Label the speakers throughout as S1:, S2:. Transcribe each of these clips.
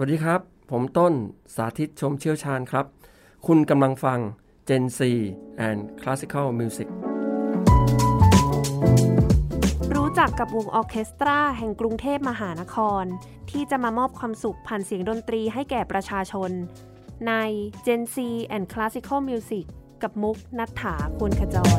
S1: วัสดีครับ ผมต้นสาธิตชมเชี่ยวชาญครับ คุณกำลังฟัง Gen C and Classical Music
S2: รู้จักกับวงออร์เคสตราแห่งกรุงเทพมหานคร ที่จะมามอบความสุขผ่านเสียงดนตรีให้แก่ประชาชน ใน Gen C and Classical Music กับมุกนัฐถาควรขจร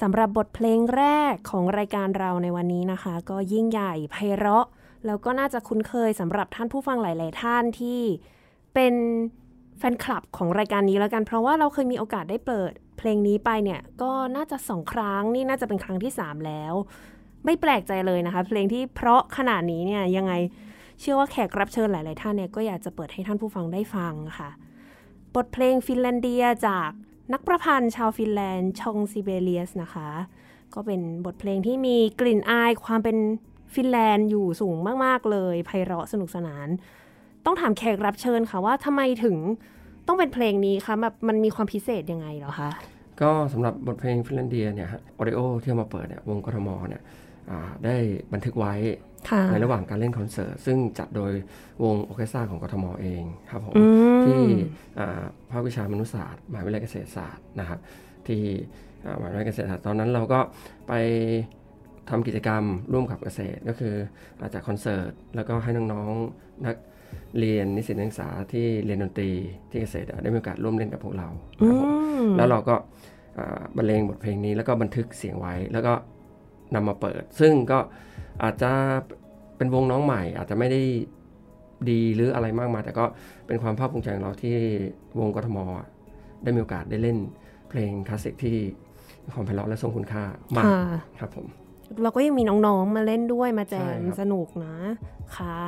S2: สำหรับบทเพลงแรกของรายการเราในวันนี้นะคะ ก็ยิ่งใหญ่ไพเราะ แล้วก็น่าจะคุ้นเคยสำหรับท่านผู้ฟังหลาย ๆ ท่านที่เป็นแฟนคลับของรายการนี้แล้วกัน เพราะว่าเราเคยมีโอกาสได้เปิด เพลงนี้ไปเนี่ยก็น่าจะสองครั้งนี่น่าจะเป็นครั้งที่สามแล้ว ไม่แปลกใจเลยนะคะ เพลงที่เพราะขนาดนี้เนี่ยยังไงเชื่อว่าแขกรับเชิญหลาย ๆ ท่านเนี่ยก็อยากจะเปิดให้ท่านผู้ฟังได้ฟังค่ะ บทเพลงฟินแลนเดียจากนักประพันธ์ชาวฟินแลนด์ชองซิเบเลียสนะคะ ก็เป็นบทเพลงที่มีกลิ่นอายความเป็นฟินแลนด์อยู่สูงมาก ๆ เลยไพเราะสนุกสนาน ต้องถามแขกรับเชิญค่ะว่าทำไมถึงต้องเป็นเพลงนี้คะแบบมันมีความพิเศษยังไงเหรอคะ
S1: ก็สำหรับบทเพลงฟินแลนเดียเนี่ยฮะออริโอที่เอามาเปิดเนี่ยวงกทมเนี่ยอ่าได้บันทึกไว้
S2: ค่ะ
S1: ในระหว่างการเล่นคอนเสิร์ต ซึ่งจัดโดยวงออร์เคสตราของกทมเองครับผม
S2: อืม
S1: ที่อ่าภาควิชามนุษยศาสตร์มหาวิทยาลัยเกษตรศาสตร์นะครับ ที่อ่ามหาวิทยาลัยเกษตรศาสตร์ตอนนั้นเราก็ไปทำกิจกรรมร่วมกับเกษตรก็คืออาจจะคอนเสิร์ต แล้วก็ให้น้องๆนักเรียนนิสิตนักศึกษาที่เรียนดนตรีที่เกษตรอ่ะได้มีโอกาสร่วมเล่นกับพวกเรา
S2: อื
S1: ครับผม
S2: ม
S1: แล้วเราก็อ่าบรรเลงบทเพลงนี้แล้วก็บันทึกเสียงไว้แล้วก็นำมาเปิด ซึ่งก็อาจจะเป็นวงน้องใหม่ อาจจะไม่ได้ดีหรืออะไรมากมายแต่ก็เป็นความภาคภูมิใจของเราที่วงกทมอ่ะได้มีโอกาสได้เล่นเพล ลงคลาสสิกที่มีความไพเราะและทรงคุณค่ามาก
S2: ค่ะ
S1: ครับผม
S2: เราก็ยังมีน้องๆ มาเล่นด้วยมาแจ
S1: ใช่
S2: ม
S1: ครับ
S2: สนุกนะ ค่ะ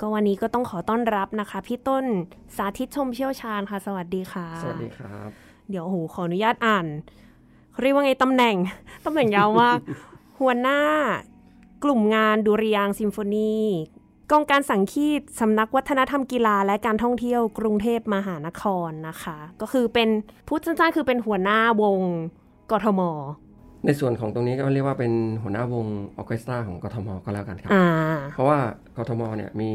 S2: ก็วันนี้ก็ต้องขอต้อนรับนะคะ พี่ต้นสาธิตชมเชี่ยวชาญค่ะ สวัสดีค่ะ
S1: สวัสดีครับ
S2: เดี๋ยวโอ้โหขออนุญาตอ่านเขาเรียกว่าไงตำแหน่ง ตำแหน่งยาวมาก หัวหน้ากลุ่มงานดุริยางค์ซิมโฟนีกองการสังคีตสำนักวัฒนธรรมกีฬาและการท่องเที่ยวกรุงเทพมหานครนะคะ ก็คือเป็นพูดสั้นๆคือเป็นหัวหน้าวงกทม
S1: ในส่วนของตรงนี้ก็เรียกว่าเป็นหัวหน้าวงออร์เคสตราของกทมก็แล้วกันครับ
S2: อ่า
S1: เพราะว่ากทมเนี่ยมี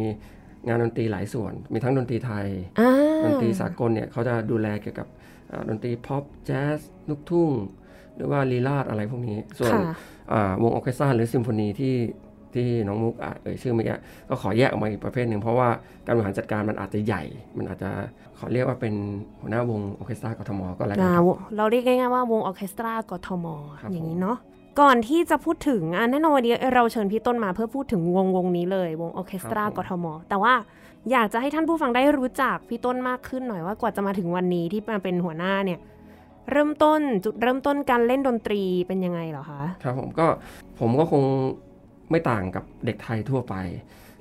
S1: งานดนตรีหลายส่วน มีทั้งดนตรีไทย
S2: อ่า
S1: ดนตรีสากลเนี่ยเขาจะดูแลเกี่ยวกับเอ่อดนตรีพ็อปแจ๊สลูกทุ่ง หรือว่าลีลาดอะไรพวกนี้ ส่วน
S2: ค่ะ
S1: เอ่อวงออร์เคสตราหรือซิมโฟนีที่ที่น้องมุกอ่ะเอ่ยชื่อเมื่อกี้ก็ขอแยกออกมาอีกประเภทหนึ่งเพราะว่าการบริหารจัดการมันอาจจะใหญ่ มันอาจจะขอเรียกว่าเป็นหัวหน้าวงออร์เคสตรากทมก็แล้วกัน
S2: อ่า
S1: ครับ
S2: เราเรียกง่ายๆว่าวงออร์เคสตรากทม
S1: ครับ
S2: อย่างนี้
S1: ผม
S2: เนาะก่อนที่จะพูดถึงอ่ะแน่นอนวันนี้เราเชิญพี่ต้นมาเพื่อพูดถึงวงวงนี้เลย วงออร์เคสตรากทม แต่ว่าอยากจะให้ท่านผู้ฟังได้รู้จักพี่ต้นมากขึ้นหน่อยว่ากว่าจะมาถึงวันนี้ที่มาเป็นหัวหน้าเนี่ย เริ่มต้นจุดเริ่มต้นการเล่นดนตรีเป็นยังไงเหรอคะ
S1: ครับผมก็ผมก็คงไม่ต่างกับเด็กไทยทั่วไป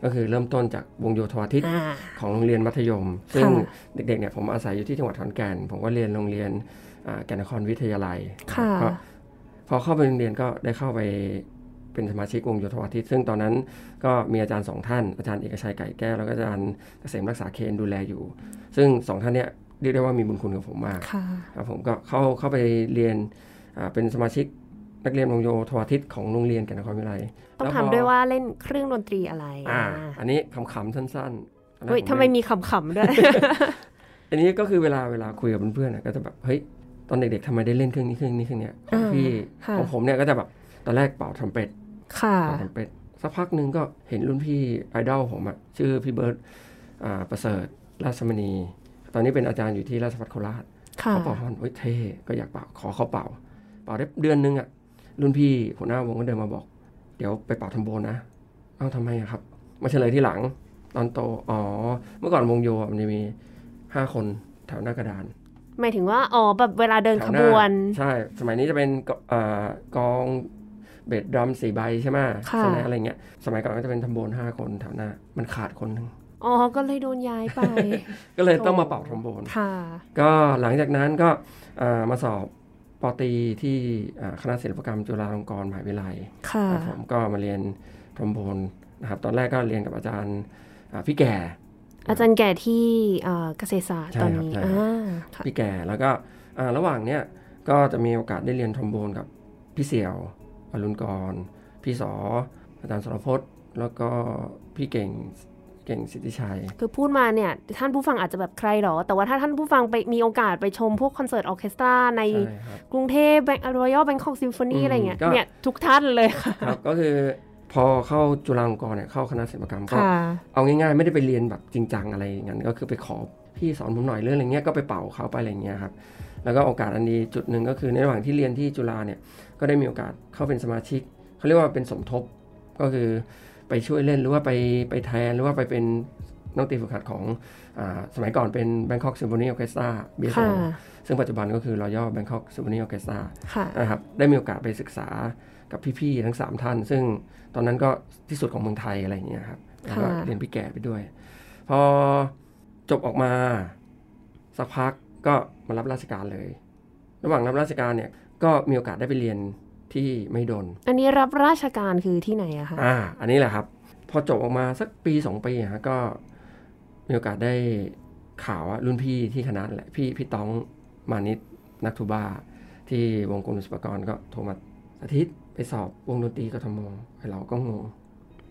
S1: ก็คือเริ่มต้นจากวงโยธวาทิต
S2: อ่า
S1: ของโรงเรียนมัธยม ซึ่ง
S2: ค่ะ
S1: เด็กๆเนี่ยผมอาศัยอยู่ที่จังหวัดขอนแก่น ผมก็เรียนโรงเรียนอ่าแก่นนครวิทยาลัย
S2: ค่ะ
S1: ก็พอเข้าไปโรงเรียนก็ได้เข้าไปเป็นสมาชิกวงโยธวาทิต ซึ่งตอนนั้นก็มีอาจารย์สองท่าน อาจารย์เอกชัยไก่แก้วแล้วก็อาจารย์เกษมรักษาเคนดูแลอยู่ ซึ่งสองท่านเนี่ยเรียกได้ว่ามีบุญคุณกับผมมาก
S2: ค่ะ
S1: ครับผมก็เข้าเข้าไปเรียนอ่าเป็นสมาชิกนักเรียนวงโยธวาทิตของโรงเรียนแก่นนครวิทยาลัย
S2: ต้อง
S1: แล้
S2: ถาม
S1: พ
S2: ด้วยว่าเล่นเครื่องดนตรีอะไร
S1: อ่า
S2: อ่า
S1: อันนี้ขำๆสั้นๆตอนแรก
S2: เฮ้ย
S1: ผ
S2: ทำไม
S1: เล่น
S2: มีขำๆด้วย
S1: อันนี้ก็คือเวลาเวลาคุยกับเพื่อนๆน่ะก็จะแบบเฮ้ยตอนเด็กๆทำไมได้เล่นเครื่องนี้เครื่องนี้เครื่องเนี้ยของพี่
S2: อ่าค่ะ
S1: ของผมเนี่ยก็จะแบบตอนแรกเป่าทำเป็ด
S2: ค่ะ
S1: เป่าทำเป็ดสักพักหนึ่งก็เห็นรุ่นพี่ไอดอลผมอะชื่อพี่เบิร์ตอ่าประเสริฐราชมณี ตอนนี้เป็นอาจารย์อยู่ที่ราชภัฏโคราช
S2: ค่ะ
S1: เขาเป่าฮอนเฮ้ยเท่ก็อยากเป่าขอเขาเป่า เป่าได้เดือนนึงอะรุ่นพี่หัวหน้าวงก็เดินมาบอก เดี๋ยวไปเป่าทำโบนนะเอ้าทำไมอะครับ มาเฉลยที่หลังตอนโตอ๋อเมื่อก่อนวงโยอะมันจะมีห้าคนแถวหน้ากระดาน
S2: หมายถึงว่าอ๋อแบบเวลาเดิน
S1: แถ
S2: ข
S1: วห
S2: บ
S1: น้า
S2: วน
S1: ใช่ สมัยนี้จะเป็นกเอ่อกองเบสดรัมสี่ใบใช่ไหม
S2: ค่ะ
S1: สแนร์อะไรเงี้ย สมัยก่อนก็จะเป็นทำโบนห้าคนแถวหน้า มันขาดคนหนึ่ง
S2: อ๋อ ก็เลยโดนย้าย ไป
S1: ก็เลย
S2: โอ้
S1: ต้องมาเป่าทำโบน
S2: ค่ะ
S1: ก็หลังจากนั้นก็เอ่อมาสอบปอตรีที่เอ่อคณะศิลปกรรมจุฬาลงกรณ์มหาวิทยาลัย
S2: ค่ะ
S1: ครับผมก็มาเรียนทำโบนนะครับ ตอนแรกก็เรียนกับอาจารย์อ่าพี่แก่
S2: อาจารย์แก่ที่เอ่อเกษตรศาสตร์
S1: ใช่
S2: ตอน
S1: ครับ
S2: นี้
S1: ใช่
S2: อ่าค่ะ
S1: พี่แก่แล้วก็อ่าระหว่างเนี้ยก็จะมีโอกาสได้เรียนทอมโบนกับพี่เสี่ยวอรุณกร พี่สออาจารย์สรพจน์ แล้วก็พี่เก่งเก่งสิทธิชัย
S2: คือพูดมาเนี่ย ท่านผู้ฟังอาจจะแบบใครหรอ แต่ว่าถ้าท่านผู้ฟังไปมีโอกาสไปชมพวกคอนเสิร์ตออร์เคสตราใน
S1: ใช่ครับ
S2: กรุงเทพแบงรอยัลแบงคอกซิมโฟนี
S1: อืม
S2: อะไรเงี้ย
S1: ก็
S2: เนี่ยทุกท่านเลยค่ะ
S1: ครับก็คือพอเข้าจุฬาลงกรณ์เนี่ยเข้าคณะศิลปกรรมก็
S2: ค่ะ
S1: เอาง่ายๆ ไม่ได้ไปเรียนแบบจริงจังอะไรอย่างนั้นก็คือไปขอพี่สอนผมหน่อยเรื่องอะไรเงี้ยก็ไปเป่าเขาไปอะไรเงี้ยครับแล้วก็โอกาสอันดีจุดหนึ่งก็คือในระหว่างที่เรียนที่จุฬาเนี่ยก็ได้มีโอกาสเข้าเป็นสมาชิก เขาเรียกว่าเป็นสมทบก็คือไปช่วยเล่นหรือว่าไปไปแทนหรือว่าไปเป็นนักตีฝึกหัดของอาสมัยก่อนเป็น Bangkok Symphony Orchestra BSO
S2: ค่ะ
S1: ซึ่งปัจจุบันก็คือ Royal Bangkok Symphony Orchestra
S2: ค่ะ
S1: นะครับได้มีโอกาสไปศึกษากับพี่ๆทั้ง 3 ท่าน ซึ่งตอนนั้นก็ที่สุดของเมืองไทยอะไรอย่างเงี้ยครับแล้วก็
S2: ค่ะ
S1: เรียนพี่แก่ไปด้วย พอจบออกมาสักพักก็มารับราชการเลย ระหว่างรับราชการเนี่ยก็มีโอกาสได้ไปเรียนที่ไม่ดน
S2: อันนี้รับราชการคือที่ไหนอะคะ
S1: อ่า อันนี้แหละครับ พอจบออกมาสักปี 2 ปีอะฮะก็มีโอกาสได้ข่าวว่ารุ่นพี่ที่คณะแหละพี่พี่ต้องมานิดนักทูบาที่วงกลมศิลปากรก็โทรมาอาทิตย์ไปสอบวงดนตรีกทมไอเราก็งง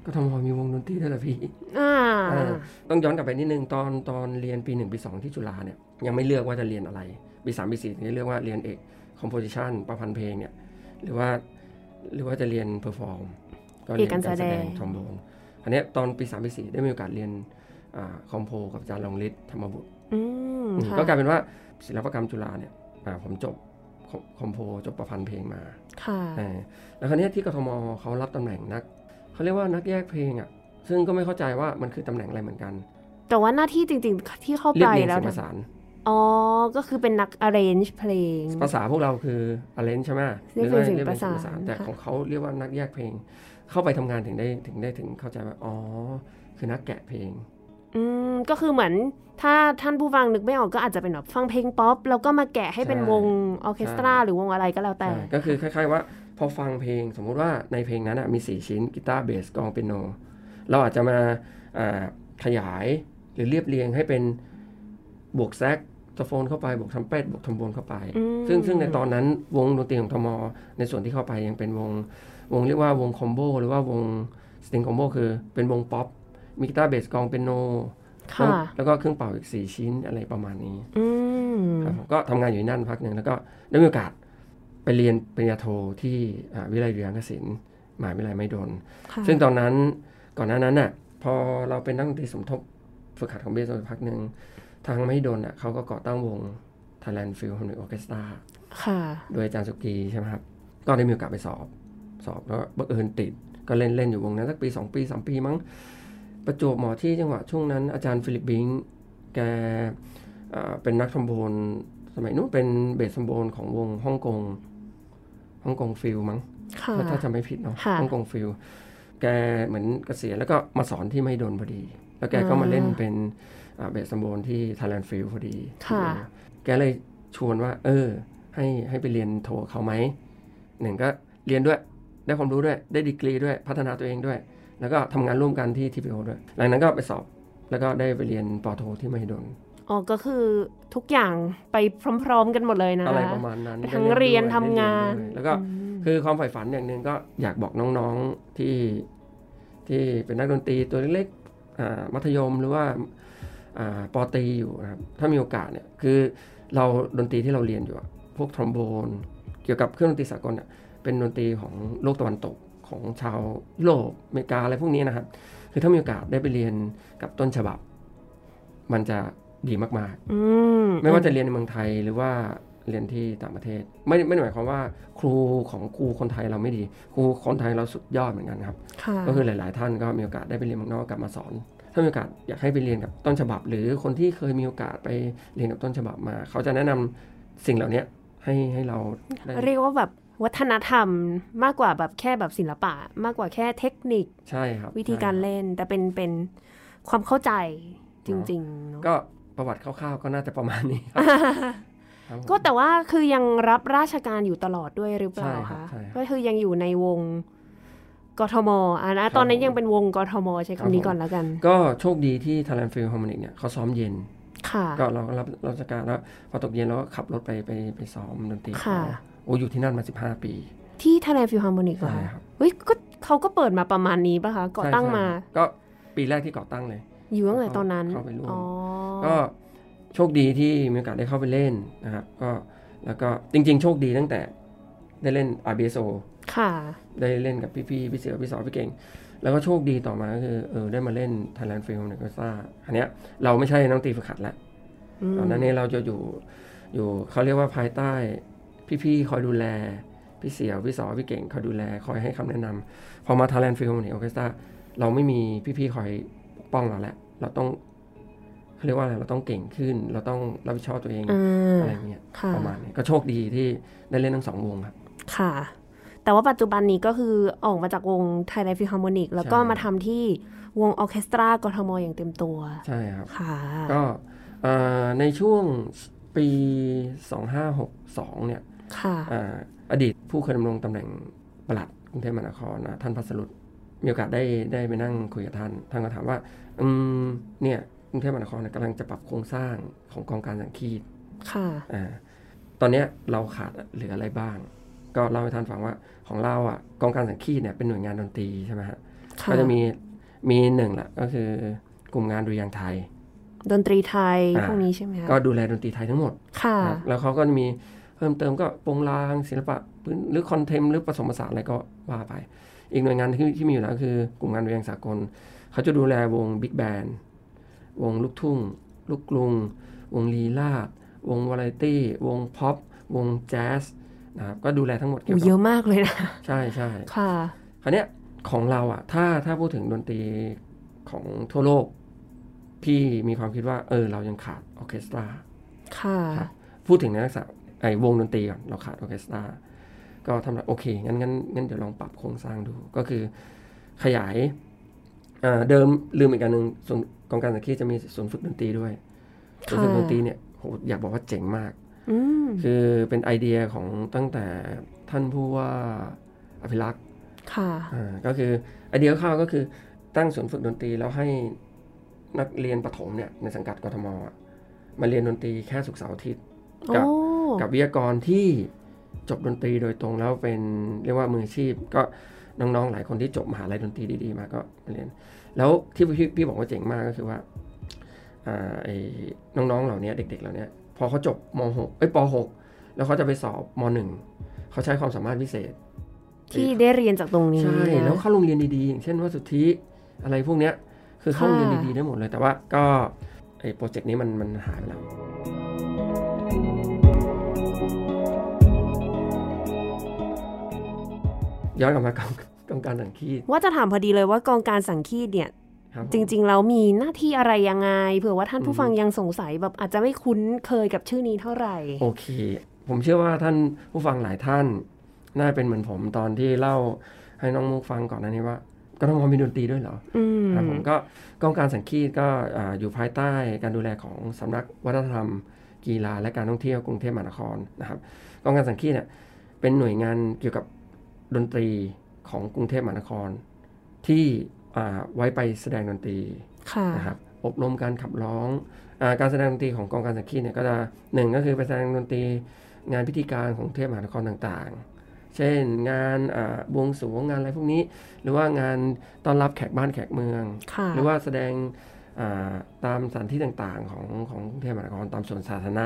S1: กทมมีวงดนตรีด้วยเหรอพี่
S2: อ่า
S1: อ่าต้องย้อนกลับไปนิดนึงตอนตอนเรียนปี 1 ปี 2 ที่จุฬาเนี่ยยังไม่เลือกว่าจะเรียนอะไร ปี 3 ปี4นี่เลือกว่าเรียนเอกคอมโพสิชันประพันธ์เพลงเนี่ยหรือว่าหรือว่าจะเรียนเพอร์ฟอร์ม
S2: เอกการแสดง
S1: ทอมโบนอันเนี้ยตอนปี 3 ปี 4 ได้มีโอกาสเรียนคอมโพกับอาจารย์รองฤทธิ์ธรรมบุตร
S2: อืม
S1: อืม
S2: ค่ะ
S1: ก็กลายเป็นว่าศิลปกรรมจุฬาเนี่ยอ่าผมจบคอมโพจบประพันธ์เพลงมา
S2: ค่ะ
S1: เออแล้วคราวเนี้ยที่กทมเขารับตำแหน่งนักเขาเรียกว่านักแยกเพลงอ่ะซึ่งก็ไม่เข้าใจว่ามันคือตำแหน่งอะไรเหมือนกัน
S2: แต่ว่าหน้าที่จริงๆที่เข้า
S1: เรียบ
S2: ไป
S1: เรียง
S2: แล้ว
S1: เสียงประสาน
S2: อ๋อ ก็คือเป็นนัก arrange เพลง
S1: ภาษาพวกเราคือ arrange ใช่ไหม
S2: เรียกเป็นเสียง
S1: หอ
S2: ประสาน
S1: แต่
S2: ค่ะ
S1: ของเขาเรียกว่านักแยกเพลง เข้าไปทำงานถึงได้ถึงได้ถึงเข้าใจว่าอ๋อคือนักแกะเพลง
S2: อืมก็คือเหมือนถ้าท่านผู้ฟังนึกไม่ออกก็อาจจะเป็นแบบฟังเพลงป๊อป แล้วก็มาแกะให้เป็น
S1: ใช่
S2: วงออร์เคสตรา
S1: ใช่
S2: หรือวงอะไรก็แล้วแต่
S1: ใช่ก็คือคล้าย ๆ ว่าพอฟังเพลงสมมุติว่าในเพลงนั้นอะมี 4 ชิ้นกีตาร์เบสกลองเปียโน เราอาจจะมาอ่าขยายหรือเรียบเรียงให้เป็นบวกแซกโซโฟนเข้าไปบวกทรัมเป็ตบวกทรอมโบนเข้าไป
S2: อืม
S1: ซึ่งซึ่งในตอนนั้นวงดนตรีของทมในส่วนที่เข้าไปยังเป็นวง วงเรียกว่าวงคอมโบหรือว่าวงสติงคอมโบคือเป็นวงป๊อปมีกีตาร์เบสกลองเปียโน
S2: ค่ะ
S1: แล้วก็เครื่องเป่าอีก 4 ชิ้นอะไรประมาณนี้
S2: อืม
S1: ครับผมก็ทำงานอยู่ที่นั่นพักหนึ่งแล้วก็ได้มีโอกาสไปเรียนปริญญาโทที่อ่าวิทยาลัยดุริยางคศิลป์มหาวิทยาลัยไม่ดน
S2: ค่ะ
S1: ซึ่งตอนนั้นก่อนหน้านั้นน่ะพอเราเป็นนักดนตรีสมทบฝึกหัดของเบสมาพักหนึ่งทางไม่ดนน่ะเขาก็ก่อตั้งวง Thailand Field Harmonic Orchestra
S2: ค่ะ
S1: โดยอาจารย์สุกีใช่ไหมครับ ก็ได้มีโอกาสไปสอบ สอบแล้วบังเอิญติด ก็เล่นเล่นอยู่วงนั้นสักปี 2 ปี 3 ปีมั้ง ประจวบเหมาะที่จังหวะช่วงนั้น อาจารย์ฟิลิปบิงค์แกเอ่อเป็นนักทรอมโบนสมัยนู้นเป็นเบสทรอมโบนของวงฮ่องกงฮ่องกงฟิลมั้ง
S2: ค่ะ
S1: ถ้าถ้าจำไม่ผิดเนาะ
S2: ค่ะ
S1: ฮ่องกงฟิลแกเหมือนเกษียณแล้วก็มาสอนที่ไม่โดนพอดี แล้วแกก็มาเล่นเป็นเบสซัมโบนที่ Thailand Field พอดี
S2: ค่ะ
S1: แกเลยชวนว่า เออ ให้ให้ไปเรียนโทเขาไหมหนึ่งก็เรียนด้วย ได้ความรู้ด้วยได้ดีกรีด้วยพัฒนาตัวเองด้วย แล้วก็ทำงานร่วมกันที่ทีพีโอด้วย หลังนั้นก็ไปสอบแล้วก็ได้ไปเรียนปอโทที่ไม่โดน
S2: อ๋อก็คือทุกอย่างไปพร้อม ๆ กันหมดเลยนะ
S1: อะไรประมาณนั้น
S2: ไปทั้งเรียน
S1: ได้
S2: ทำงาน
S1: ได้เรียด้วยแล้วก็
S2: อืม
S1: คือความใฝ่ฝันอย่างหนึ่งก็อยากบอกน้องๆที่ที่เป็นนักดนตรีตัวเล็กๆอ่ามัธยมหรือว่าอ่าปอตรีอยู่นะครับถ้ามีโอกาสเนี่ยคือเราดนตรีที่เราเรียนอยู่อะพวกทรอมโบน เกี่ยวกับเครื่องดนตรีสากลเนี่ยเป็นดนตรีของโลกตะวันตกของชาวยุโลกอเมริกาอะไรพวกนี้นะครับ คือถ้ามีโอกาสได้ไปเรียนกับต้นฉบับ มันจะดีมากๆ
S2: อืม
S1: ไม่ว่าจะเรียนในเมืองไทยหรือว่าเรียนที่ต่างประเทศ ไม่ไม่ได้หมายความว่าครูของครูคนไทยเราไม่ดี ครูคนไทยเราสุดยอดเหมือนกันครับ
S2: ค่ะ
S1: ก็คือหลาย ๆ ท่านก็มีโอกาสได้ไปเรียนเมืองนอกกลับมาสอน ถ้ามีโอกาสอยากให้ไปเรียนกับต้นฉบับ หรือคนที่เคยมีโอกาสไปเรียนกับต้นฉบับมา เขาจะแนะนำสิ่งเหล่านี้ให้ให้เราได้
S2: เรียกว่าแบบวัฒนธรรมมากกว่าแบบแค่แบบศิลปะ มากกว่าแค่เทคนิค
S1: ใช่ครับ
S2: วิธีการ
S1: ใช่คบ
S2: เล่น แต่เป็นเป็นความเข้าใจจริงๆเนอะ
S1: ก็ประวัติคร่าว ๆ ก็น่าจะประมาณนี้ครับครับผม
S2: ก็แต่ว่าคือยังรับราชการอยู่ตลอดด้วยหรือเปล่า
S1: ใช่ครับ
S2: คะ
S1: ใช่ครับ
S2: ก็คือยังอยู่ในวงกทมอ่ะ
S1: ครั
S2: นะ
S1: บ
S2: ตอนนั้น
S1: ผม
S2: ยังเป็นวงกทมใช้
S1: ครับ
S2: คำนี้
S1: ผม
S2: ก่อนแล้วกัน
S1: ก็โชคดีที่ Thailand Field Harmonic เนี่ยเขาซ้อมเย็น
S2: ค่ะ
S1: ก็เราก็รับราชการแล้วพอตกเย็นเราก็ขับรถไปไปไปซ้อมดนตรี
S2: ค่ะ
S1: เขาโอ้อยู่ที่นั่นมา 15 ปี
S2: ที่ Thailand Field Harmonic เหรอ
S1: ใช่
S2: คะ
S1: ครับ
S2: เฮ้ยก็เขาก็เปิดมาประมาณนี้ป่ะคะ ก่อตั้ง
S1: ใช่ใช่
S2: มา
S1: ก็ปีแรกที่ก่อตั้งเลย
S2: อยู่ตั้งแต่ตอนนั้น
S1: เข้าไปร่วม
S2: อ๋อ
S1: ก็โชคดีที่มีโอกาสได้เข้าไปเล่นนะครับก็แล้วก็จริงๆ โชคดีตั้งแต่ได้เล่น RBSO
S2: ค่ะ
S1: ได้เล่นกับพี่ๆพี่เสือพี่สอพี่เก่ง แล้วก็โชคดีต่อมาก็คือเออได้มาเล่น Thailand Film ในกอซ่าอันเนี้ยเราไม่ใช่นักดนตรีฝึกหัดแล้ว
S2: อืม
S1: ตอนนั้นเนี่ยเราจะอยู่อยู่เขาเรียกว่าภายใต้พี่ๆคอยดูแล พี่เสี่ยวพี่สอพี่เก่งคอยดูแลคอยให้คำแนะนำพอมา Thailand Film เนี่ยออเคสตราเราไม่มีพี่ๆคอยปกป้องเราแล้วเราต้องเขาเรียกว่าอะไรเราต้องเก่งขึ้น เราต้องรับผิดชอบตัวเอง
S2: อ่า
S1: อะไรเงี้ย
S2: ค่ะ
S1: ประมาณนี้ก็โชคดีที่ได้เล่นทั้งสองวงครับ
S2: ค่ะ แต่ว่าปัจจุบันนี้ก็คือออกมาจากวง Thailand Phil Harmonic แล้วก็
S1: ใช่
S2: มาทำที่วงออร์เคสตรากทมอย่างเต็มตัว
S1: ใช่ครับ
S2: ค่ะ
S1: ก็เอ่อในช่วงปี 2562เนี่ย
S2: ค่ะ
S1: อ่าอดีตผู้เคยดำรงตำแหน่งปลัดกรุงเทพมหานครนะท่านพัสรุตมีโอกาสได้ได้ไปนั่งคุยกับท่าน ท่านก็ถามว่า อืมเนี่ยกรุงเทพมหานครเนี่ยกำลังจะปรับโครงสร้างของกองการสังคีต
S2: ค่ะ
S1: อ่าตอนเนี้ยเราขาดเหลืออะไรบ้าง ก็เล่าให้ท่านฟังว่าของเราอ่ะกองการสังคีตเนี่ยเป็นหน่วยงานดนตรีใช่ไหมฮะ
S2: ค่ะ
S1: ก็จะมีมีหนึ่งละก็คือกลุ่มงานดุริยางค์ไทย
S2: ดนตรีไทย
S1: อ่า
S2: พวกนี้ใช่ไหมคะ
S1: ก็ดูแลดนตรีไทยทั้งหมด
S2: ค่ะ
S1: ครับแล้วเขาก็จะมีเพิ่มเติมก็โปรงลางศิลปะพื้นหรือคอนเทมหรือผสมผสานอะไรก็ว่าไป อีกหน่วยงานที่ที่มีอยู่แล้วคือกลุ่มงานเรียงสากล เขาจะดูแลวงบิ๊กแบนด์วงลูกทุ่ง ลูกกรุง วงลีลาดวงวาไรตี้ วงพ็อป วงแจ๊สนะครับก็ดูแลทั้งหมดเกี่ย
S2: อู
S1: ว
S2: เย
S1: กับ
S2: อะมากเลยนะ
S1: ใช่ใช่
S2: ค่ะ
S1: คราวเนี้ยของเราอ่ะถ้าถ้าพูดถึงดนตรีของทั่วโลก พี่มีความคิดว่าเออเรายังขาดออร์เคสตรา
S2: ค่ะ
S1: ครับพูดถึงในลักษณะไอ้วงดนตรีก่อนเราขาดออร์เคสตราก็ทำอะไรโอเคงั้นงั้นงั้นเดี๋ยวลองปรับโครงสร้างดูก็คือขยายเอ่อเดิมลืมอีกการหนึ่งส่วนย์กองการสังคีจะมีศูนย์ฝึกดนตรีด้วยศูนย์ฝึก
S2: ค่ะ
S1: ดนตรีเนี่ยโหอยากบอกว่าเจ๋งมาก
S2: อืม
S1: คือเป็นไอเดียของตั้งแต่ท่านผู้ว่าอภิรักษ์
S2: ค่ะ
S1: อ่าก็คือไอเดียข้าวๆก็คือตั้งศูนย์ฝึกดนตรีแล้วให้นักเรียนประถมเนี่ยในสังกัดกทมอ่ะมาเรียนดนตรีแค่ศุกร์เสาร์อาทิตย์
S2: โอ้
S1: กับ กับวิทยากรที่จบดนตรีโดยตรงแล้วเป็นเรียกว่ามืออาชีพ ก็น้องๆหลายคนที่จบมหาลัยดนตรีดีๆมาก็มาเรียน แล้วที่พี่พี่บอกว่าเจ๋งมากก็คือว่าอ่าไอ้น้องๆเหล่านี้เด็ก ๆ เหล่านี้พอเขาจบมหกเอ้ยปหกแล้วเขาจะไปสอบมหนึ่งเขาใช้ความสามารถพิเศษ
S2: ที่ได้เรียนจากตรงนี้
S1: ใช่
S2: นะ
S1: แล้วเข้าโรงเรียนดีๆ อย่างเช่นว่าสุทธิอะไรพวกเนี้ยคือเข้าโรงเรียน
S2: ค่ะ
S1: ดีๆได้หมดเลย แต่ว่าก็ไอ้โปรเจกต์นี้มันมันหายไปแล้ว ย้อนกลับมากองกองการสังคีต
S2: ว่าจะถามพอดีเลยว่ากองการสังคีตเนี่ย
S1: ครับผม
S2: จริงๆแล้วมีหน้าที่อะไรยังไงเผื่อว่าท่านผู้
S1: อืม
S2: ฟังยังสงสัยแบบอาจจะไม่คุ้นเคยกับชื่อนี้เท่าไหร่
S1: โอเค ผมเชื่อว่าท่านผู้ฟังหลายท่าน น่าเป็นเหมือนผมตอนที่เล่าให้น้องมุกฟังก่อนหน้านี้ว่าก็ต้องมอมีดนตรีด้วยเหรอ
S2: อืม
S1: ครับผมก็กองการสังคีตก็อ่าอยู่ภายใต้การดูแลของสำนักวัฒนธรรม กีฬาและการท่องเที่ยวกรุงเทพมหานครนะครับกองการสังคีตเนี่ยเป็นหน่วยงานเกี่ยวกับดนตรีของกรุงเทพมหานคร ที่อ่าไว้ไปแสดงดนตรี
S2: ค่ะ
S1: นะครับอบรมการขับร้องอาการแสดงดนตรีของกองการสังคีตเนี่ยก็จะหนึ่งก็คือไปแสดงดนตรีงานพิธีการของกรุงเทพมหานครต่างๆ เช่นงานอ่าบวงสรวงงานอะไรพวกนี้ หรือว่างานต้อนรับแขกบ้านแขกเมือง
S2: ค่ะ
S1: หรือว่าแสดงอ่าตามสถานที่ต่างๆ ของของกรุงเทพมหานครตามสวนสาธารณะ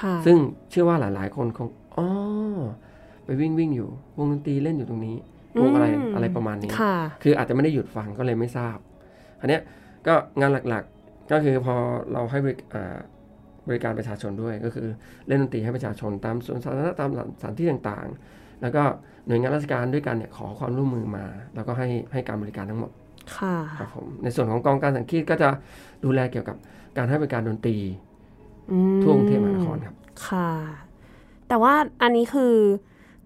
S2: ค่ะ
S1: ซึ่งเชื่อว่าหลายๆ คนคงอ๋อไปวิ่งวิ่งอยู่ วงดนตรีเล่นอยู่ตรงนี้วงอะไรอะไรประมาณนี้
S2: ค่ะ
S1: คืออาจจะไม่ได้หยุดฟังก็เลยไม่ทราบอันเนี้ยก็งานหลักๆก็คือพอเราให้บริอ่าบริการประชาชนด้วยก็คือเล่นดนตรีให้ประชาชนตามสวนสาธารณะตามสถานที่ต่างๆ แล้วก็หน่วยงานราชการด้วยกันเนี่ยขอความร่วมมือมา แล้วก็ให้ให้การบริการทั้งหมด
S2: ค่ะ
S1: ครับผมในส่วนของกองการสังคีตก็จะดูแลเกี่ยวกับการให้บริการดนตรี
S2: อืม
S1: ทั่วกรุงเทพมหานครครับ
S2: ค่ะ แต่ว่าอันนี้คือ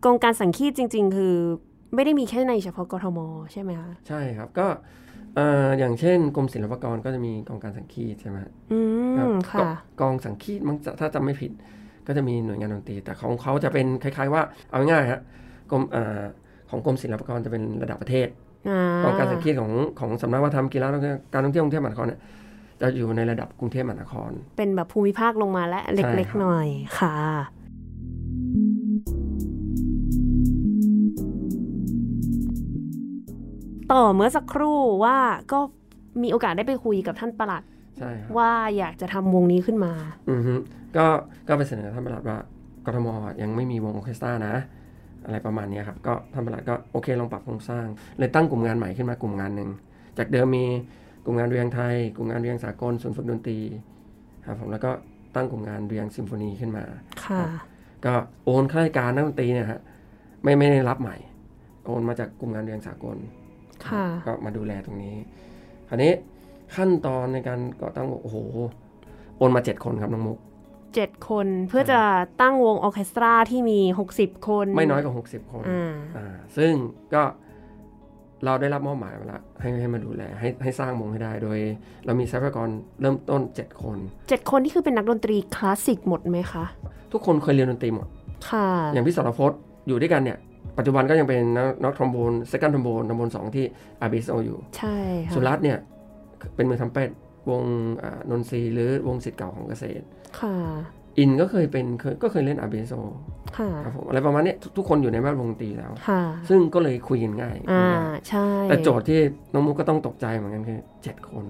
S2: กองการสังคีตจริง ๆ คือ ไม่ได้มีแค่ในเฉพาะกทมใช่ไหมคะ
S1: ใช่ครับก็เอ่ออย่างเช่นกรมศิลปากรก็จะมีกองการสังคีตใช่ไหมครับ
S2: อืม
S1: ก็
S2: ค่ะ
S1: กองสังคีตมั้งถ้าจำไม่ผิด ก็จะมีหน่วยงานดนตรี แต่ของเขาจะเป็นคล้าย ๆ ว่าเอาง่ายๆฮะกรมเอ่อของกรมศิลปากรจะเป็นระดับประเทศ กองการสังคีตของของสำนักวัฒนธรรมกีฬาและการท่องเที่ยวกรุงเทพมหานครเนี่ยจะอยู่ในระดับกรุงเทพมหานคร
S2: เป็นแบบภูมิภาคลงมาและเล็
S1: ใช่
S2: ก
S1: ครับ
S2: ๆหน่อยค่ะ ต่อเมื่อสักครู่ว่าก็มีโอกาสได้ไปคุยกับท่านประหลัด
S1: ใช่ครับ
S2: ว่าอยากจะทำวงนี้ขึ้นมา
S1: อือฮึก็ก็ไปเสนอท่านประหลัดว่ากทมยังไม่มีวงออร์เคสตรานะ อะไรประมาณเนี้ยครับก็ท่านประหลัดก็โอเคลองปรับโครงสร้าง เลยตั้งกลุ่มงานใหม่ขึ้นมากลุ่มงานหนึ่งจากเดิมมีกลุ่มงานเรียงไทย กลุ่มงานเรียงสากลศูนย์ฝึกดนตรีครับผมแล้วก็ตั้งกลุ่มงานเรียงซิมโฟนีขึ้นมา
S2: ค่ะ
S1: ก็โอนข้าราชการนักดนตรีเนี่ยฮะไม่ไม่ได้รับใหม่ โอนมาจากกลุ่มงานเรียงสากล
S2: ค่ะ
S1: ก็มาดูแลตรงนี้ คราวนี้ขั้นตอนในการก่อตั้งโอ้โหโอนมาเจ็ดคนครับน้องมุก
S2: เจ็ดคนเพื่อจะตั้งวงออร์เคสตราที่มี 60 คน
S1: ไม่น้อยกว่า 60 คน
S2: อ่า
S1: อ่า ซึ่งก็เราได้รับมอบหมายมาแล้วให้ให้มาดูแลให้ให้สร้างวงให้ได้ โดย เรามีทรัพยากรเริ่มต้น 7 คน
S2: เจ็ดคนที่คือเป็นนักดนตรีคลาสสิกหมดไหมคะ
S1: ทุกคนเคยเรียนดนตรีหมด
S2: ค่ะ
S1: อย่างพี่สรพจน์อยู่ด้วยกันเนี่ย ปัจจุบันก็ยังเป็นนักนักทรอมโบน เซคันทรอมโบนทรอมโบนสองที่อาบิสโออยู่
S2: ใช่ค่ะ
S1: สุรัตน์เนี่ยเป็นมือทำเป็ดวงอ่านนทรีย์หรือวงสิทธิ์เก่าของเกษตร
S2: ค่ะ
S1: อินก็เคยเป็นเคยก็เคยเล่นอาบิสโอ
S2: ค่ะ
S1: ครับผมอะไรประมาณเนี้ยทุกทุกคนอยู่ในแวดวงดนตรีแล้ว
S2: ค่ะ
S1: ซึ่งก็เลยคุยกันง่ายคุย
S2: อ่า
S1: ง่าย
S2: ใช่
S1: แต่โจทย์ที่น้องมุกก็ต้องตกใจเหมือนกันคือเจ็ดคน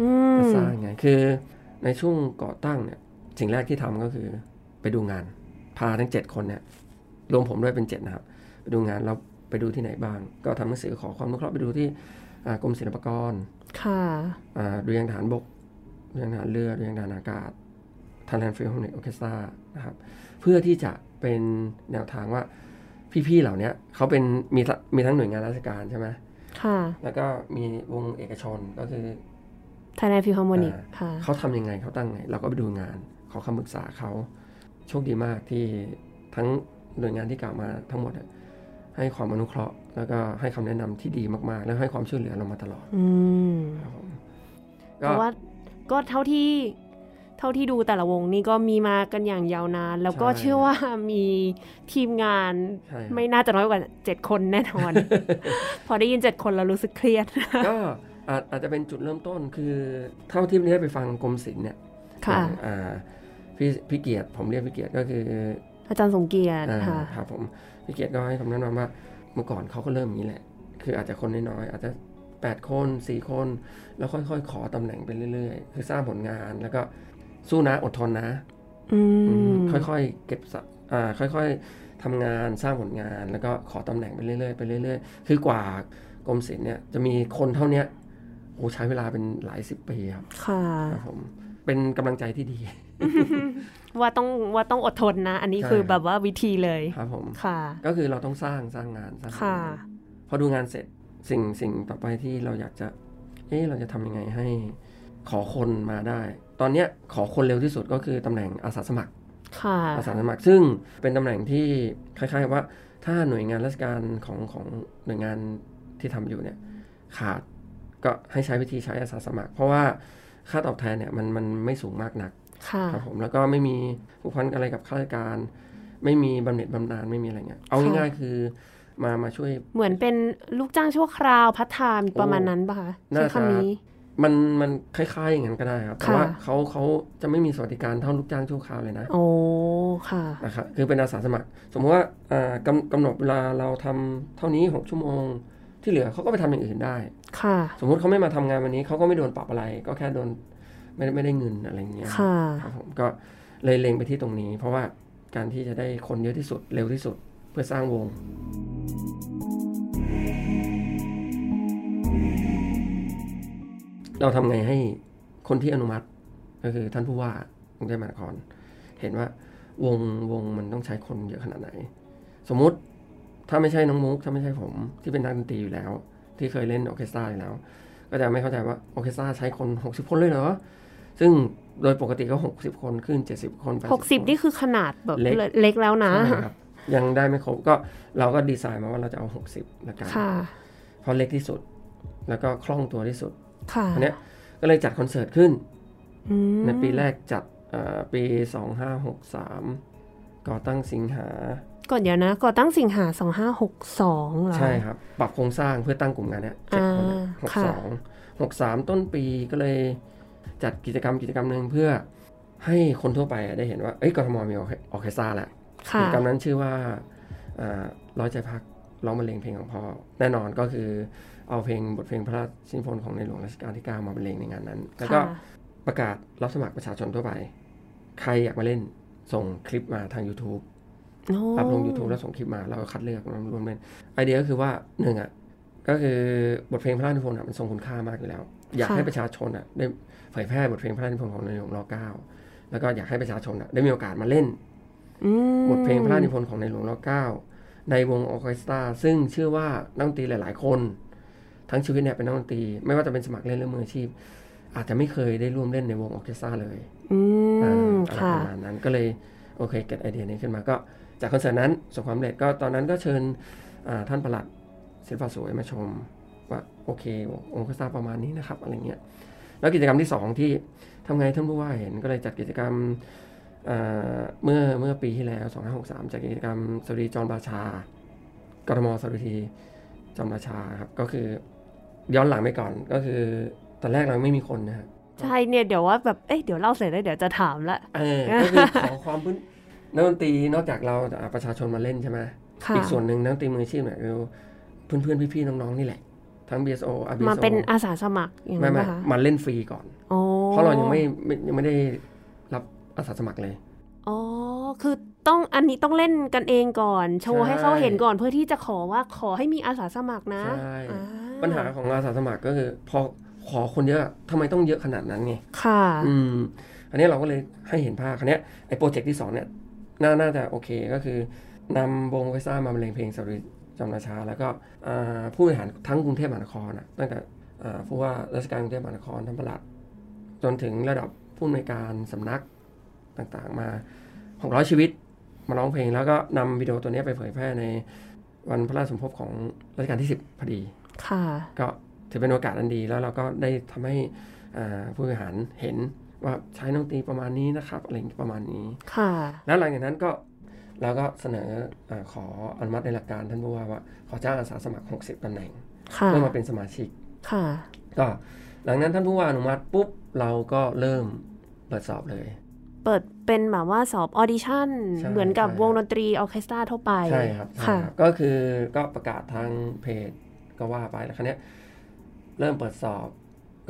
S2: อืม
S1: จะสร้างไงคือในช่วงก่อตั้งเนี่ยสิ่งแรกที่ทำก็คือไปดูงาน พาทั้งเจ็ดคนเนี่ยรวมผมด้วยเป็นเจ็ดนะครับ ไปดูงานเราไปดูที่ไหนบ้าง ก็ทำหนังสือขอความอนุเคราะห์ไปดูที่อ่ากรมศิลปากร
S2: ค่ะ
S1: อ่าเรืองฐานบกเรืองฐานเรือเรืองฐานอากาศท a น l ลนฟิลโฮนิกออเคสตรานะครับเพื่อที่จะเป็นแนวทางว่าพี่ๆเหล่าเนี้ยเขาเป็นมีทั้งมีทั้งหน่วยงานราชการใช่ไหม
S2: ค่ะ
S1: แล้วก็มีวงเอกชนก็คือ
S2: ไทยแลนด์ฟิวฮาร์โมนิก
S1: อ่า
S2: ค่ะ
S1: เขาทำยังไงเขาตั้งไง เราก็ไปดูงาน ขอคำปรึกษาเขาโชคดีมากที่ทั้งหน่วยงานที่กล่าวมาทั้งหมดอะให้ความอนุเคราะห์ แล้วก็ให้คำแนะนำที่ดีมากๆ แล้วให้ความช่วยเหลือเรามาตลอด
S2: อืม
S1: ครับผม
S2: เพราะว่าก็เท่าที่เท่าที่ดูแต่ละวงนี่ก็มีมากันอย่างยาวนาน แล้วก็เชื่อว่ามีทีมงาน
S1: ใช่ครับ
S2: ไม่น่าจะน้อยกว่า 7 คนแน่นอน พอได้ยิน 7 คนเรารู้สึกเครียด
S1: ก็อาจอาจจะเป็นจุดเริ่มต้นคือเท่าที่วันนี้ได้ไปฟังกรมศิลป์เนี่ยอ
S2: ค่ะ
S1: ย่างอ่าพี่พี่เกียรติผมเรียกพี่เกียรติก็คือ
S2: อาจารย์สมเกียรติ
S1: อ่า
S2: ค่ะ
S1: ครับผมพี่เกียรติก็ให้คำแนะนำว่าเมื่อก่อนเขาก็เริ่มอย่างนี้แหละ คืออาจจะคนน้อยๆอาจจะ 8 คน 4 คน แล้วค่อยๆ ขอตำแหน่งไปเรื่อยๆ คือสร้างผลงานแล้วก็สู้นะอดทนนะ
S2: อื
S1: อื
S2: ม
S1: มค่อยๆเก็บสะอ่าค่อยๆทำงานสร้างผลงาน แล้วก็ขอตำแหน่งไปเรื่อยๆไปเรื่อยๆ คือกว่ากรมศิลป์เนี่ยจะมีคนเท่าเนี้ยโอ้ใช้เวลาเป็นหลายสิบปีครับ
S2: ค่ะ
S1: ครับผมเป็นกำลังใจที่ดี
S2: ว่าต้องว่าต้องอดทนนะ อันนี้
S1: ใช่
S2: คือแบบว่าวิธีเลย
S1: ครับผม
S2: ค่ะ
S1: ก็คือเราต้องสร้างสร้างงานสร้าง
S2: ค่ะ
S1: งานพอดูงานเสร็จสิ่งสิ่งต่อไปที่เราอยากจะเอ๊ะเราจะทำยังไงให้ขอคนมาได้ ตอนเนี้ยขอคนเร็วที่สุดก็คือตำแหน่งอาสาสมัคร
S2: ค่ะ
S1: อาสาสมัคร ซึ่งเป็นตำแหน่งที่คล้ายๆว่าถ้าหน่วยงานราชการของของหน่วยงานที่ทำอยู่เนี่ยขาดก็ให้ใช้วิธีใช้อาสาสมัคร เพราะว่าค่าตอบแทนเนี่ยมันมันไม่สูงมากนัก
S2: ค่ะ
S1: ครับผมแล้วก็ไม่มีผูกพันอะไรกับข้าราชการ ไม่มีบำเหน็จบำนาญไม่มีอะไรเงี้ยเอา
S2: ค่ะ
S1: ง่ายๆคือมามาช่วย
S2: เหมือนเป็นลูกจ้างชั่วคราวพัฒไทม์
S1: โอ้
S2: ประมาณนั้นปะคะ
S1: น่า
S2: ใช้
S1: จะ
S2: คำนี้
S1: มันมันคล้ายๆอย่างนั้นก็ได้ครับ แต่ว่า
S2: ค่ะ
S1: เขาเขาจะไม่มีสวัสดิการเท่าลูกจ้างชั่วคราวเลยนะ
S2: โอ้ ค่ะ
S1: นะครับคือเป็นอาสาสมัคร สมมติว่าอ่ากำกำหนดเวลาเราทำเท่านี้ 6 ชั่วโมง ที่เหลือเขาก็ไปทำอย่างอื่นได้
S2: ค่ะ
S1: สมมุติเขาไม่มาทำงานวันนี้เขาก็ไม่โดนปรับอะไร ก็แค่โดนไม่ได้ไม่ได้เงินอะไรอย่างเงี้ย
S2: ค่ะ
S1: ครับผมก็เลยเล็งไปที่ตรงนี้ เพราะว่าการที่จะได้คนเยอะที่สุดเร็วที่สุดเพื่อสร้างวง เราทำไงให้คนที่อนุมัติก็คือท่านผู้ว่ากรุงเทพมหานคร เห็นว่าวงวงมันต้องใช้คนเยอะขนาดไหน สมมุติถ้าไม่ใช่น้องมุกถ้าไม่ใช่ผมที่เป็นนักดนตรีอยู่แล้ว ที่เคยเล่นออร์เคสตราอยู่แล้ว ก็จะไม่เข้าใจว่าออร์เคสตราใช้คน 60 คนเลยเหรอ ซึ่งโดยปกติก็ 60 คนขึ้น 70 คน80
S2: 60 นี่คือขนาดแบบ
S1: เล็ก
S2: เล็กแล้วนะ
S1: ใช่ครับยังได้ไม่ครบก็เราก็ดีไซน์มาว่าเราจะเอา 60ละกัน
S2: ค่ะ
S1: เพราะเล็กที่สุด แล้วก็คล่องตัวที่สุด
S2: ค่ะ
S1: อันเนี้ยก็เลยจัดคอนเสิร์ตขึ้น
S2: อืม
S1: ในปีแรกจัดเอ่อปี 2563 ก่อตั้งสิงหา
S2: ก่อนเดี๋ยวนะ ก่อตั้งสิงหา 2562เหรอ
S1: ใช่ครับ ปรับโครงสร้างเพื่อตั้งกลุ่มงานเนี้ยเจ็ดคน
S2: อ่า
S1: หก
S2: ค่ะ
S1: สองหกสามต้นปีก็เลยจัดกิจกรรมกิจกรรมหนึ่งเพื่อให้คนทั่วไปอะได้เห็นว่า เอ้ยกทมมีออเคออร์เคสตราแล้ว กิ
S2: ค่ะ
S1: จกรรมนั้นชื่อว่าอ่าร้อยใจพักร้องบรรเลงเพลงของพ่อ แน่นอนก็คือเอาเพลงบทเพลงพระราชนิพนธ์ของในหลวงรัชกาลที่ 9 มาบรรเลงในงานนั้น แล้วก็
S2: ค่ะ
S1: ประกาศรับสมัครประชาชนทั่วไป ใครอยากมาเล่นส่งคลิปมาทาง YouTube
S2: โอ้
S1: อัพลง YouTube แล้วส่งคลิปมาเราก็คัดเลือกรวมๆเล่นไอเดียก็คือว่าหนึ่งอ่ะก็คือบทเพลงพระราชนิพนธ์อะมันทรงคุณค่ามากอยู่แล้ว อยากให้ประชาชนอ่ะได้เผยแพร่บทเพลงพระราชนิพนธ์ของในหลวงรเก้าแล้วก็อยากให้ประชาชนอ่ะได้มีโอกาสมาเล่น
S2: อืม
S1: บทเพลงพระราชนิพนธ์ของในหลวงรัชกาลที่เก้าในวงออร์เคสตราซึ่งเชื่อว่านักดนตรีหลาย ๆ คน ทั้งชีวิตเนี่ยเป็นนักดนตรีไม่ว่าจะเป็นสมัครเล่นหรือมืออาชีพ อาจจะไม่เคยได้ร่วมเล่นในวงออร์เคสตราเลย
S2: อืม
S1: อาอะไร
S2: ค่ะ
S1: ประมาณนั้นก็เลยโอเคเก็ตไอเดียนี้ขึ้นมาก็จากคอนเสิร์ตนั้นสบความสำเร็จก็ตอนนั้นก็เชิญอ่าท่านประหลัดศิลปะสวยมาชมว่าโอเควงออร์เคสตราประมาณนี้นะครับอะไรเงี้ยแล้วกิจกรรมที่สองที่ทำไงท่านผู้ว่าเห็นก็เลยจัดกิจกรรม เอ่อเมื่อเมื่อปีที่แล้ว 2563 จากกิจกรรมสวัสดีจอมราชากรมสวัสดีจอมราชาครับก็คือย้อนหลังไปก่อนก็คือตอนแรกเราไม่มีคนนะครับ
S2: ใช่เนี่ยเดี๋ยวว่าแบบ เอ้ยเดี๋ยวเล่าเสร็จแล้วเดี๋ยวจะถามละ
S1: เออก็คือขอความพื้น นักดนตรีนอกจากเราอ่ะประชาชนมาเล่นใช่ไหม
S2: ค่ะ
S1: อีกส่วนหนึ่งนักดนตรีมืออาชีพเนี่ยคือเพื่อนเพื่อนๆพี่ๆน้องๆนี่แหละ ทั้ง BSO อ่ะ BSO
S2: มาเป็นอาสาสมัครอย่าง
S1: ไม่
S2: นั้น
S1: ไม่
S2: ปะคะ
S1: มาเล่นฟรีก่อน
S2: อ๋อ
S1: เพราะเรายังไม่ไม่ยังไม่ได้รับอาสาสมัครเลย
S2: อ๋อ คือต้องอันนี้ต้องเล่นกันเองก่อน โชว์ให้เขาเห็นก่อนเพื่อที่จะขอว่าขอให้มีอาสาสมัครนะ
S1: ใช่
S2: อ่
S1: ปัญหาของอาสาสมัครก็คือพอขอคนเยอะทำไมต้องเยอะขนาดนั้นไง
S2: ค่ะ
S1: อืมอันนี้เราก็เลยให้เห็นภาพคันนี้ยไอ้โปรเจกต์ที่สองเนี่ยน่าน่าจะโอเคก็คือนำวงไวซ่ามาบรรเลงเพลงสตรีจำราชา แล้วก็อ่าผู้บริหารทั้งกรุงเทพมหานครนะตั้งแต่อ่าผู้ว่าราชการกรุงเทพมหานครท่านปลัด จนถึงระดับผู้อำนวยการสำนัก ต่างๆมา 600 ชีวิตมาร้องเพลง แล้วก็นำวิดีโอตัวเนี้ยไปเผยแพร่ในวันพระราชสมภพของรัชกาลที่ 10 พอดี
S2: ค่ะ
S1: ก็ถือเป็นโอกาสอันดีแล้วเราก็ได้ทำให้อ่าผู้บริหารเห็นว่าใช้ดนตรีประมาณนี้นะครับอะไรอย่างนี้ประมาณนี้
S2: ค่ะ
S1: แล้วหลังจากนั้นก็เราก็เสนออาขออนุมัติในหลักการท่านผู้ว่าว่าขอจ้างอาสาสมัคร 60ตำแหน่ง
S2: ค่ะ
S1: เพื่อมาเป็นสมาชิก
S2: ค่ะ
S1: ก็หลังนั้นท่านผู้ว่าอนุมัติปุ๊บเราก็เริ่มเปิดสอบเลย
S2: เปิดเป็นแบบว่าสอบออดิชั่น
S1: ใช่
S2: เหมือนกับ
S1: ใช่
S2: วงดนตรีออร์เคสตราทั่วไป
S1: ใช่ครับใช่
S2: ค่ะ
S1: ครับก็คือก็ประกาศทางเพจก็ว่าไปแล้วครั้นี้ยเริ่มเปิดสอบ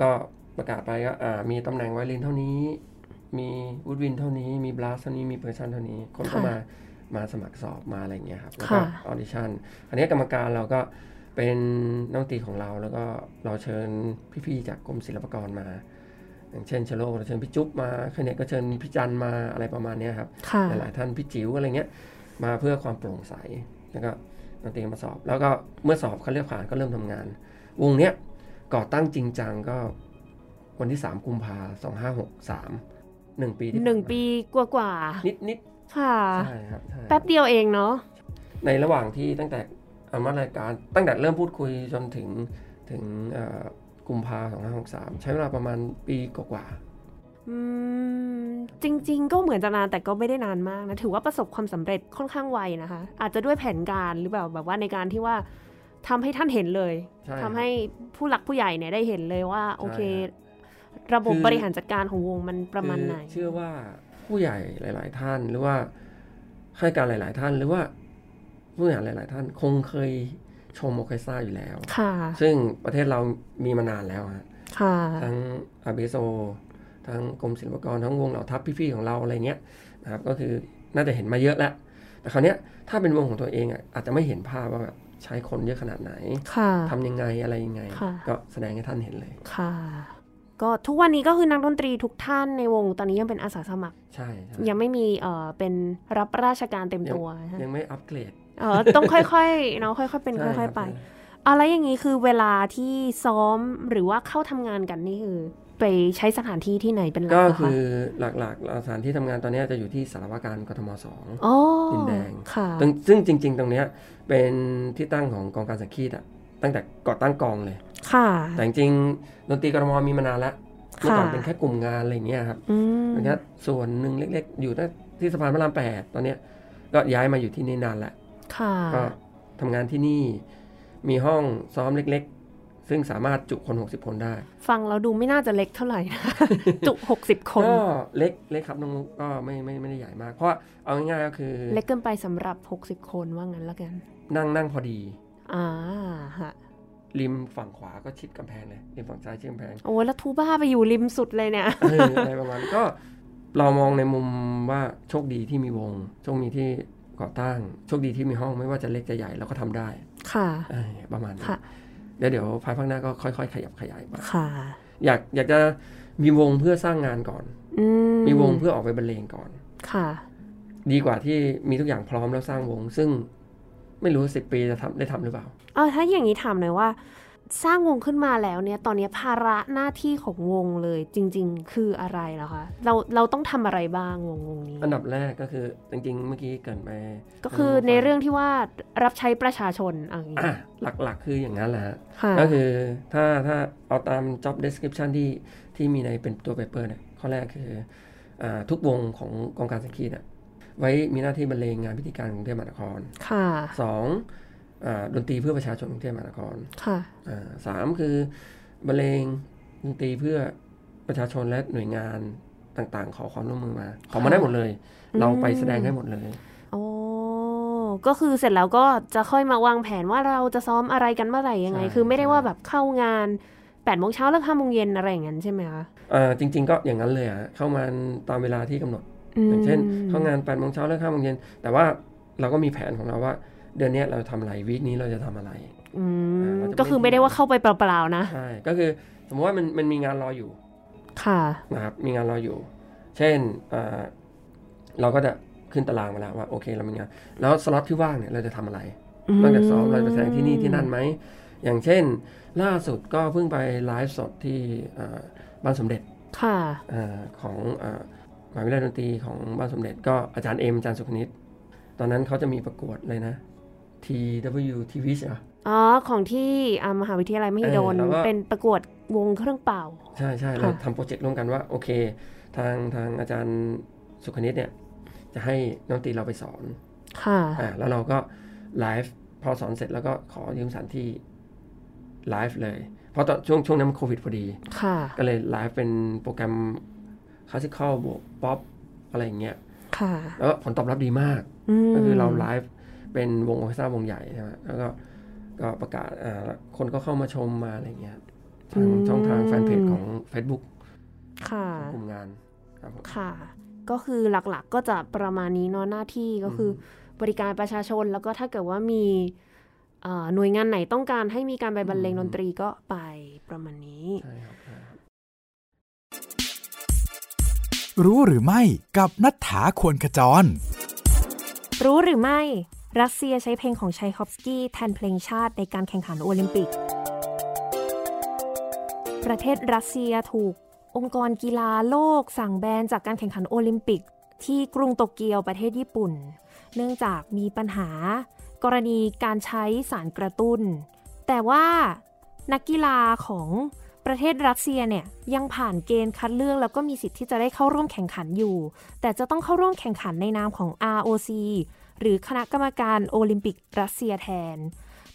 S1: ก็ประกาศไปก็อ่ามีตำแหน่งไวโลินเท่านี้ มีวูดวินเท่านี้มีบลาสเท่านี้มีเพอร์ชันเท่านี้ คนก็
S2: ค่ะ
S1: มามาสมัครสอบมาอะไรอย่างเงี้ยครับแล้วก็
S2: ค่ะ
S1: ออดิชั่นอันนี้กรรมการเราก็เป็นนักดนตรีของเราแล้วก็เราเชิญพี่ๆจากกรมศิลปากรมา อย่างเช่นเชลโลเราเชิญพี่จุ๊บมาคเนตก็เชิญพี่จันมาอะไรประมาณเนี้ยครับ
S2: ค่ะ
S1: หลายๆท่านพี่จิ๋วอะไรเงี้ยมาเพื่อความโปร่งใสแล้วก็ดนตรีมาสอบ แล้วก็เมื่อสอบเขาเรียกผ่านก็เริ่มทำงาน วงเนี้ยก่อตั้งจริงจังก็วันที่ 3 กุมภาสองห้าหกสามหนึ่งปีที่ผ่ามา
S2: หนึ่งปีกว่ากว่า
S1: นิดนิด
S2: ๆค่ะ
S1: ๆใช่ครับใช่
S2: แป๊บเดียวเองเนาะ
S1: ในระหว่างที่ตั้งแต่อนุมัติรายการตั้งแต่เริ่มพูดคุยจนถึงถึงเอ่อกุมภาสองห้าหกสามใช้เวลาประมาณปีกว่าๆ
S2: อืม จริง ๆ ก็เหมือนจะนานแต่ก็ไม่ได้นานมากนะ ถือว่าประสบความสำเร็จค่อนข้างไวนะคะ อาจจะด้วยแผนการหรือแบบแบบว่าในการที่ว่าทำให้ท่านเห็นเลย
S1: ใช่ครับ
S2: ทำให้ผู้หลักผู้ใหญ่เนี่ยได้เห็นเลยว่า โอเค
S1: ใช่ครั
S2: ระบบ
S1: คือ
S2: บริหารจัดการของวงมันประมาณไหน
S1: คือเชื่อว่าผู้ใหญ่หลาย ๆ ท่านหรือว่าข้าราชการหลาย ๆ ท่าน หรือว่าผู้บริหารหลาย ๆ ท่าน คงเคยชมออเคสตราอยู่แล้ว
S2: ค่ะ
S1: ซึ่งประเทศเรามีมานานแล้วฮะ
S2: ค่ะ
S1: ทั้งอาเบโซทั้งกรมศิลปากรทั้งวงเหล่าทัพพี่ ๆ ของเราอะไรเงี้ยนะครับก็คือน่าจะเห็นมาเยอะแล้วแต่คราวเนี้ยถ้าเป็นวงของตัวเองอ่ะอาจจะไม่เห็นภาพว่าแบบใช้คนเยอะขนาดไหน
S2: ค่ะ
S1: ทำยังไงอะไรยังไง
S2: ค่ะ
S1: ก็แสดงให้ท่านเห็นเลย
S2: ค่ะ ก็ทุกวันนี้ก็คือนักดนตรีทุกท่านในวงตอนนี้ยังเป็นอาสาสมัคร
S1: ใช่ใช่
S2: ยังไม่มีเอ่อเป็นรับราชการเต็มตัวนะคะ
S1: ยังไม่อัปเกรด
S2: เออต้องค่อยๆเนาะค่อยๆเป็น
S1: ใช่
S2: ค่อย
S1: รับ
S2: ๆ ไปเอาแล้วอย่างนี้คือเวลาที่ซ้อมหรือว่าเข้าทำงานกันนี่คือ ไปใช้สถานที่ที่ไหนเป็นหลัก
S1: ก็
S2: เห
S1: คื
S2: ระ
S1: อหลักๆสถานที่ทำงานตอนเนี้ยจะอยู่ที่สารวการกทมสอง
S2: อ๋อ
S1: ดินแดง
S2: ค่ะ
S1: ซึ่งซึ่งจริง ๆ ตรงเนี้ยเป็นที่ตั้งของกองการสังคีตอะตั้งแต่ก่อตั้งกองเลย
S2: ค่ะ
S1: แต่จริงๆดนตรีกทมมีมานานแล้วเมื่อก่อนเป็นแค่กลุ่มงานอะไรอย่างเงี้ยครับ
S2: อืม
S1: แล้วก็ส่วนหนึ่งเล็กๆ อยู่ที่สะพานพระรามแปดตอนเนี้ยก็ย้ายมาอยู่ที่นี่นานแล้ว
S2: ค่ะ
S1: ก็ทำงานที่นี่มีห้องซ้อมเล็กๆ ซึ่งสามารถจุคน 60 คนได้
S2: ฟังเราดูไม่น่าจะเล็กเท่าไห ร่นะ จุหกสิบคน
S1: ก็เล็กเล็กครับน้องมุกก็ไม่ไม่ไม่ได้ใหญ่มาก เพราะว่าเอาง่ายๆก็คือ
S2: เล็กเกินไปสำหรับ 60 คนว่างั้นละกัน
S1: นั่งนั่งพอดี
S2: อ่าฮะ
S1: ริมฝั่งขวาก็ชิดกำแพงเลยริมฝั่งซ้ายชิดกำแพง
S2: โอ้ยแล้วทูบ้าไปอยู่ริมสุดเลยเนี่ย
S1: เอออะไรประมาณนั้นก็เรามองในมุมว่าโชคดีที่มีวง โชคดีที่ก่อตั้ง โชคดีที่มีห้องไม่ว่าจะเล็กจะใหญ่เราก็ทำได้
S2: ค่ะ
S1: เออประมาณนี้
S2: ค่ะ
S1: เดี๋ยวเดี๋ยวภายภาคหน้าก็ค่อยๆ ขยับขยายไป
S2: ค่ะ
S1: อยากอยากจะมีวงเพื่อสร้างงานก่อน
S2: อืม
S1: มีวงเพื่อออกไปบรรเลงก่อน
S2: ค่ะ
S1: ดีกว่าที่มีทุกอย่างพร้อมแล้วสร้างวง ซึ่งไม่รู้สิปีจะทำได้ทำหรือเปล่า
S2: เอาถ้าอย่างนี้ถามหน่อยว่า สร้างวงขึ้นมาแล้วเนี่ย ตอนนี้ภาระหน้าที่ของวงเลยจริง ๆ คืออะไรเหรอคะ เราเราต้องทำอะไรบ้างวงวงนี้
S1: อันดับแรกก็คือจริงๆเมื่อกี้เกรินไป
S2: ก็คือในเรื่องที่ว่ารับใช้ประชาชนอ่ะอย่างงี้
S1: อ่ะหลักๆ คืออย่างนั้นแหละฮะ
S2: ค่ะ
S1: ก็คือถ้าถ้าเอาตาม job description ที่ที่มีในเป็นตัว paper เนี่ยข้อแรกคืออาทุกวงของกองการสังคีตน่ะไว้มีหน้าที่บรรเลงงานพิธีการกรุงเทพมหานคร
S2: ค่ะ
S1: สองอาดนตรีเพื่อประชาชนกรุงเทพมหานคร
S2: ค่ะ
S1: อ่าสามคือบรรเลงดนตรีเพื่อประชาชนและหน่วยงานต่างๆ ขอความร่วมมือมา ขอมาได้หมดเลย เราไปแสดงให้หมดเลย
S2: โอ้ก็คือเสร็จแล้วก็จะค่อยมาวางแผนว่าเราจะซ้อมอะไรกันเมื่อไหร่ยังไง
S1: ใช่
S2: คือไม่ได้ว่าแบบเข้างาน8ปดโมงเช้าแล้วห้าโมงเย็นอะไรอย่างนั้นใช่ไหมคะ
S1: เอ่อจริง ๆ ก็อย่างนั้นเลยอะเข้ามาตามเวลาที่กำหนด
S2: ม
S1: อย่างเช่นเข้างาน8โมงเช้าเลิก5โมงเย็น แต่ว่าเราก็มีแผนของเราว่า เดือนเนี้ยเราทำอะไรวีคนี้เราจะทำอะไร
S2: อื
S1: อ่าม เราจะ
S2: ก็คือไม่ได้ว่าเข้าไปเปล่าๆนะ
S1: ใช่ก็คือสมมติว่ามันมันมีงานรออยู่
S2: ค่ะ
S1: นะครับมีงานรออยู่ เช่นอ่าเราก็จะขึ้นตารางมาแล้วว่าโอเคเรามีงาน แล้วสล็อตที่ว่างเนี่ยเราจะทำอะไรนอกจากซ้อมเราจะไปแสดงที่นี่ที่นั่นไหม อย่างเช่น ล่าสุดก็เพิ่งไปไลฟ์สดที่อ่าบ้านสมเด็จ
S2: ค่ะ
S1: อาของอ่า มหาวิทยาลัยดนตรีของบ้านสมเด็จก็อาจารย์เอ็มอาจารย์สุขนิตตอนนั้นเขาจะมีประกวดเลยนะ TW TV ใช่ปะ
S2: อ๋อ ของที่อ่ามหาวิทยาลัยมหิดล
S1: เออแล้วก็
S2: เป็นประกวดวงเครื่องเป่า
S1: ใช่ใช่
S2: ค่ะ
S1: เราทำโปรเจกต์ร่วมกันว่า โอเค ทางทางอาจารย์สุขนิตเนี่ย จะให้น้องตรีเราไปสอน
S2: ค่ะ
S1: อ่าแล้วเราก็ไลฟ์พอสอนเสร็จแล้วก็ขอยืมสถานที่ไลฟ์เลย เพราะตอนช่วงช่วงนั้นมันโควิดพอดี
S2: ค่ะ
S1: ก็เลยไลฟ์เป็นโปรแกรมคลาสสิคอลบวกป๊อปอะไรอย่างเงี้ย
S2: ค่ะ
S1: แล้วก็ผลตอบรับดีมาก
S2: ม
S1: ก็คือเราไลฟ์เป็นวงออร์เคสตราวงใหญ่ใช่ไหมแล้วก็ก็ประกาศอ่าคนก็เข้ามาชมมาอะไรเงี้ยทางช่องทางแฟนเพจของ Facebook
S2: ค่ะ
S1: ของกลุ่มงานครับผม
S2: ค่ะ ก็คือหลักๆก็จะประมาณนี้เนาะหน้าที่ก็คืออบริการประชาชนแล้วก็ถ้าเกิดว่ามีเอ่อหน่วยงานไหนต้องการให้มีการไปบรรเลงดนตรีก็ไปประมาณนี้
S1: ใช่ครับใช่ครับ
S3: รู้หรือไม่กับนัฐถาควรขจร
S2: รู้หรือไม่ รัสเซียใช้เพลงของชัยคอฟสกี้แทนเพลงชาติในการแข่งขันโอลิมปิก ประเทศรัสเซียถูก องค์กรกีฬาโลกสั่งแบนจากการแข่งขันโอลิมปิก ที่กรุงโตเกียวประเทศญี่ปุ่น เนื่องจากมีปัญหา กรณีการใช้สารกระตุ้น แต่ว่านักกีฬาของประเทศรัสเซียเนี่ยยังผ่านเกณฑ์คัดเลือกแล้วก็มีสิทธิ์ที่จะได้เข้าร่วมแข่งขันอยู่ แต่จะต้องเข้าร่วมแข่งขันในนามของ ROC หรือคณะกรรมการโอลิมปิกรัสเซียแทน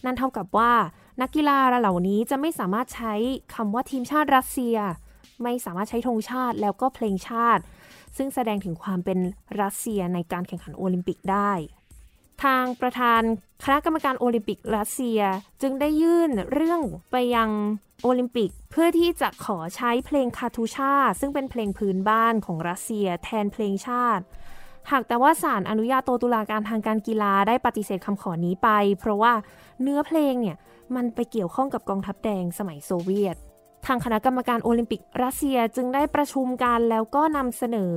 S2: นั่นเท่ากับว่า นักกีฬาเหล่านี้จะไม่สามารถใช้คำว่าทีมชาติรัสเซีย ไม่สามารถใช้ธงชาติแล้วก็เพลงชาติ ซึ่งแสดงถึงความเป็นรัสเซียในการแข่งขันโอลิมปิกได้ ทางประธานคณะกรรมการโอลิมปิกรัสเซียจึงได้ยื่นเรื่องไปยังโอลิมปิก เพื่อที่จะขอใช้เพลงคาทูชา ซึ่งเป็นเพลงพื้นบ้านของรัสเซียแทนเพลงชาติ หากแต่ว่าศาลอนุญาโตตุลาการทางการกีฬาได้ปฏิเสธคำขอนี้ไป เพราะว่าเนื้อเพลงเนี่ยมันไปเกี่ยวข้องกับกองทัพแดงสมัยโซเวียต ทางคณะกรรมการโอลิมปิกรัสเซียจึงได้ประชุมกันแล้วก็นำเสนอ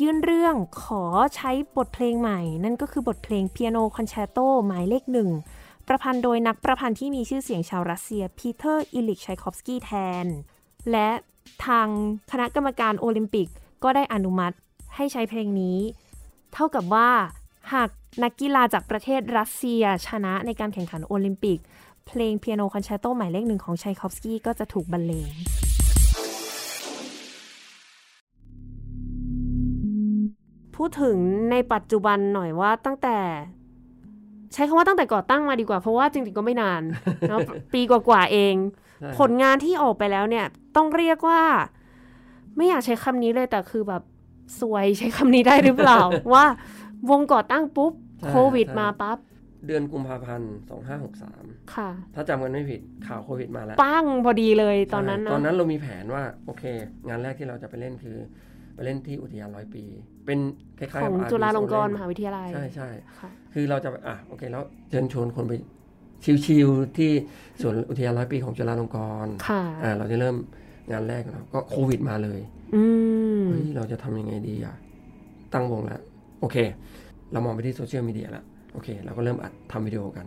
S2: ยื่นเรื่องขอใช้บทเพลงใหม่ นั่นก็คือบทเพลงเปียโนคอนแชตโตหมายเลขหนึ่ง ประพันธ์โดยนักประพันธ์ที่มีชื่อเสียงชาวรัสเซียพีเตอร์อิลิกชัยคอฟสกี้แทน และทางคณะกรรมการโอลิมปิกก็ได้อนุมัติให้ใช้เพลงนี้ เท่ากับว่า หากนักกีฬาจากประเทศรัสเซียชนะในการแข่งขันโอลิมปิก เพลงเปียโนคอนแชตโตหมายเลขหนึ่งของชัยคอฟสกี้ก็จะถูกบรรเลง พูดถึงในปัจจุบันหน่อยว่าตั้งแต่ ใช้คำว่าตั้งแต่ก่อตั้งมาดีกว่า เพราะว่าจริงๆก็ไม่ นานเนาะ ปีกว่าๆเอง
S1: ใช่
S2: ผลงานที่ออกไปแล้วเนี่ย ต้องเรียกว่า ไม่อยากใช้คำนี้เลยแต่คือแบบสวยใช้คำนี้ได้หรือเป ล่า ว่าวงก่อตั้งปุ๊บ
S1: ใช่
S2: โควิด
S1: ใช่
S2: มาปั๊บ
S1: เดือนกุมภาพันธ์ 2563
S2: ค่ะ
S1: ถ้าจำกันไม่ผิดข่าวโควิดมาแล้ว
S2: ปั้งพอดีเลยตอนนั้น
S1: ใช่
S2: นะ
S1: ตอนนั้นเรามีแผนว่าโอเค งานแรกที่เราจะไปเล่นคือ ไปเล่นที่อุทยานร้อยปี เป็นคล้ายๆ
S2: ข
S1: กั
S2: อบ ง
S1: RBS
S2: จุฬาลงกรณ์ม
S1: Orange
S2: หาวิทยาลัย
S1: ใช่ใช่
S2: ค่ะ
S1: คือเราจะไปอ่ะโอเคแล้วเชิญชวนคนไปชิวๆที่สวนอุทยานร้อยปีของจุฬาลงกรณ์
S2: ค่ะ
S1: อ่าเราจะเริ่มงานแรกของเราก็โควิดมาเลย
S2: อืม
S1: เฮ้ยเราจะทำยังไงดีอ่ะ ตั้งวงแล้วโอเค เรามองไปที่โซเชียลมีเดียละโอเค เราก็เริ่มอัดทำวิดีโอกัน